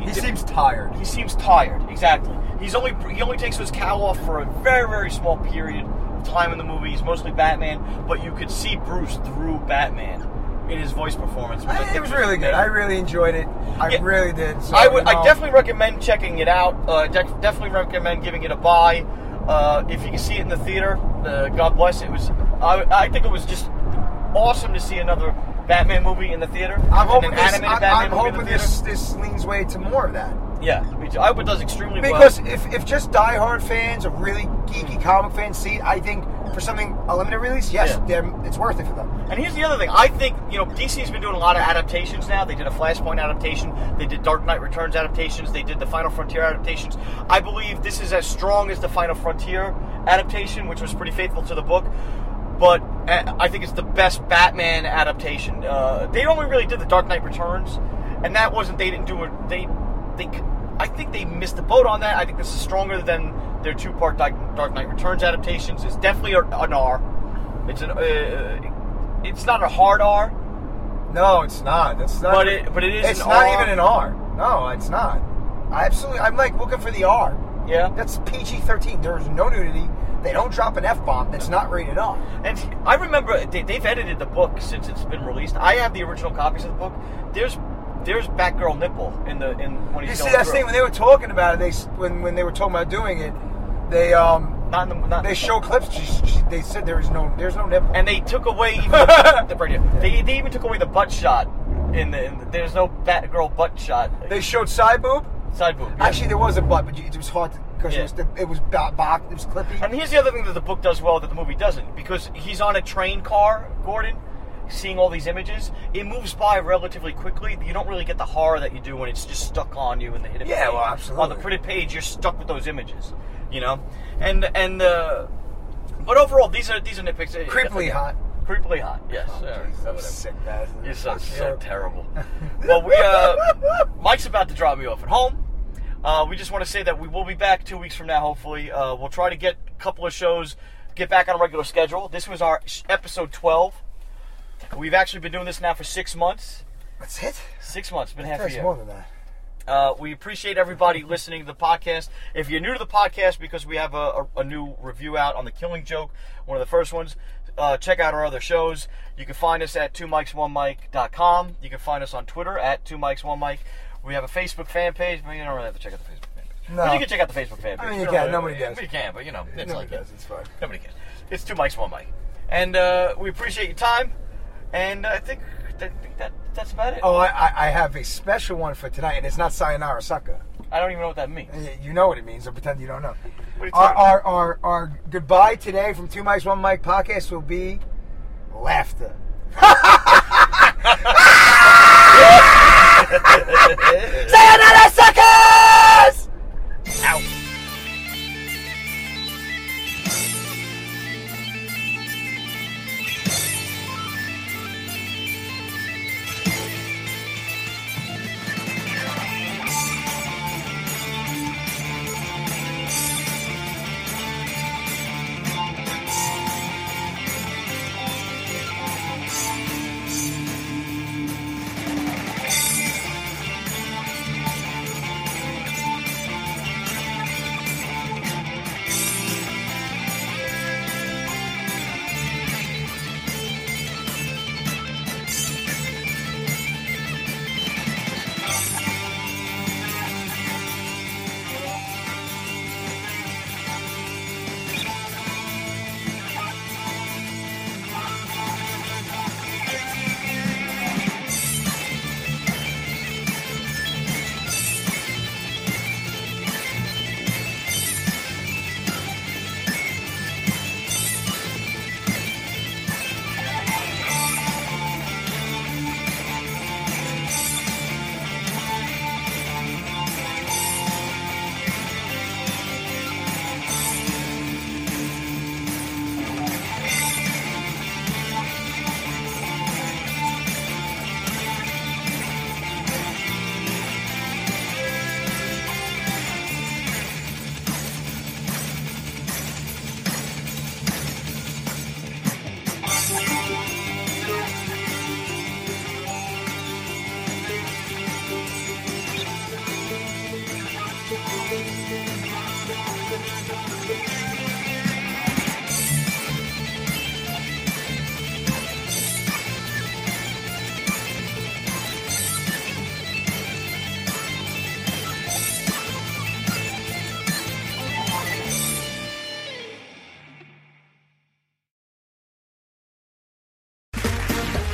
Speaker 2: he seems tired.
Speaker 1: He seems tired. Exactly. He's only he only takes his cowl off for a very very small period of time in the movie. He's mostly Batman, but you could see Bruce through Batman in his voice performance. which I
Speaker 2: I,
Speaker 1: think
Speaker 2: Eh, it was really good. I really enjoyed it. I
Speaker 1: Yeah.
Speaker 2: really did. So,
Speaker 1: I would.
Speaker 2: you know,
Speaker 1: I definitely recommend checking it out. Uh, def- definitely recommend giving it a buy. Uh, if you can see it in the theater, uh, God bless. It was. I, I think it was just awesome to see another Batman movie in the theater.
Speaker 2: I'm
Speaker 1: and
Speaker 2: hoping
Speaker 1: an
Speaker 2: this.
Speaker 1: animated
Speaker 2: I'm,
Speaker 1: Batman
Speaker 2: I'm
Speaker 1: movie in the
Speaker 2: hoping
Speaker 1: theater.
Speaker 2: this this leans way to more of that.
Speaker 1: Yeah, me too. I would does extremely well.
Speaker 2: Because if, if just diehard fans or really geeky comic fans see, it, I think for something a limited release, yes,
Speaker 1: Yeah.
Speaker 2: they're it's worth it for them.
Speaker 1: And here's the other thing. I think, you know, DC's been doing a lot of adaptations now. They did a Flashpoint adaptation. They did Dark Knight Returns adaptations. They did the Final Frontier adaptations. I believe this is as strong as the Final Frontier adaptation, which was pretty faithful to the book. But uh, I think it's the best Batman adaptation. Uh, they only really did the Dark Knight Returns, and that wasn't they didn't do it. They they I think they missed the boat on that. I think this is stronger than their two-part Dark Dark Knight Returns adaptations. It's definitely a- an R. It's an uh, it's not a hard R.
Speaker 2: No, it's not. That's not.
Speaker 1: But it- but it is
Speaker 2: It's
Speaker 1: an
Speaker 2: not
Speaker 1: R.
Speaker 2: even an R. No, it's not. I absolutely. I'm like looking for the R.
Speaker 1: Yeah.
Speaker 2: That's PG-13. There's no nudity. They don't drop an F-bomb. It's not rated R.
Speaker 1: And I remember they, they've edited the book since it's been released. I have the original copies of the book. There's there's Batgirl nipple in the in when
Speaker 2: You
Speaker 1: he's
Speaker 2: see,
Speaker 1: going
Speaker 2: that's
Speaker 1: through.
Speaker 2: the thing when they were talking about it. They s- when when they were talking about doing it, they um
Speaker 1: Not in the- not-
Speaker 2: they show clips. She, she, they said there is no there's no nipple.
Speaker 1: and they took away
Speaker 2: [laughs]
Speaker 1: even the, the right here. They, they even took away the butt shot. In the, in the- there's no Batgirl butt shot.
Speaker 2: they showed side boob.
Speaker 1: side boob. yeah.
Speaker 2: Actually, there was a butt, but you, it was hard because
Speaker 1: Yeah.
Speaker 2: it was the, it was bo- bo- it was clippy.
Speaker 1: And here's the other thing that the book does well that the movie doesn't, because he's on a train car, Gordon, seeing all these images. It moves by relatively quickly. You don't really get the horror that you do when it's just stuck on you in the hidden
Speaker 2: Yeah,
Speaker 1: page.
Speaker 2: well, absolutely.
Speaker 1: On the printed page, you're stuck with those images, you know. And and uh, but overall, these are these are nitpicks.
Speaker 2: Creepily hot.
Speaker 1: Creepily hot. Yes. or
Speaker 2: Jeez, I'm
Speaker 1: whatever.
Speaker 2: sick, guys.
Speaker 1: You're so,
Speaker 2: Fuck
Speaker 1: so
Speaker 2: you. [laughs]
Speaker 1: terrible. well, we, uh, Mike's about to drop me off at home. Uh, we just want to say that we will be back two weeks from now, hopefully. Uh, we'll try to get a couple of shows, get back on a regular schedule. This was our sh- episode 12. We've actually been doing this now for six months.
Speaker 2: That's it.
Speaker 1: Six months, been half a
Speaker 2: That's
Speaker 1: year.
Speaker 2: more than that.
Speaker 1: Uh, we appreciate everybody listening to the podcast. If you're new to the podcast, because we have a, a, a new review out on The Killing Joke, one of the first ones, uh, check out our other shows. You can find us at 2mikes1mike.com. You can find us on Twitter at 2mikes1mike. We have a Facebook fan page, but you don't really have to check out the Facebook fan page.
Speaker 2: No.
Speaker 1: But you can check out the Facebook fan page.
Speaker 2: I mean, you
Speaker 1: Really,
Speaker 2: can. Nobody does.
Speaker 1: We can, but you know, it's
Speaker 2: Nobody
Speaker 1: like
Speaker 2: does. It's fine.
Speaker 1: Nobody cares. It's 2 mics, 1 mic. And uh, we appreciate your time. And I think, I think that that's about it.
Speaker 2: Oh, I, I I have a special one for tonight, and it's not sayonara sucker.
Speaker 1: I don't even know what that means.
Speaker 2: Y- You know what it means, so pretend you don't know.
Speaker 1: What are you
Speaker 2: Our,
Speaker 1: talking
Speaker 2: our, our, our goodbye today from Two Mics, One Mic podcast will be laughter. Sayonara, suckers!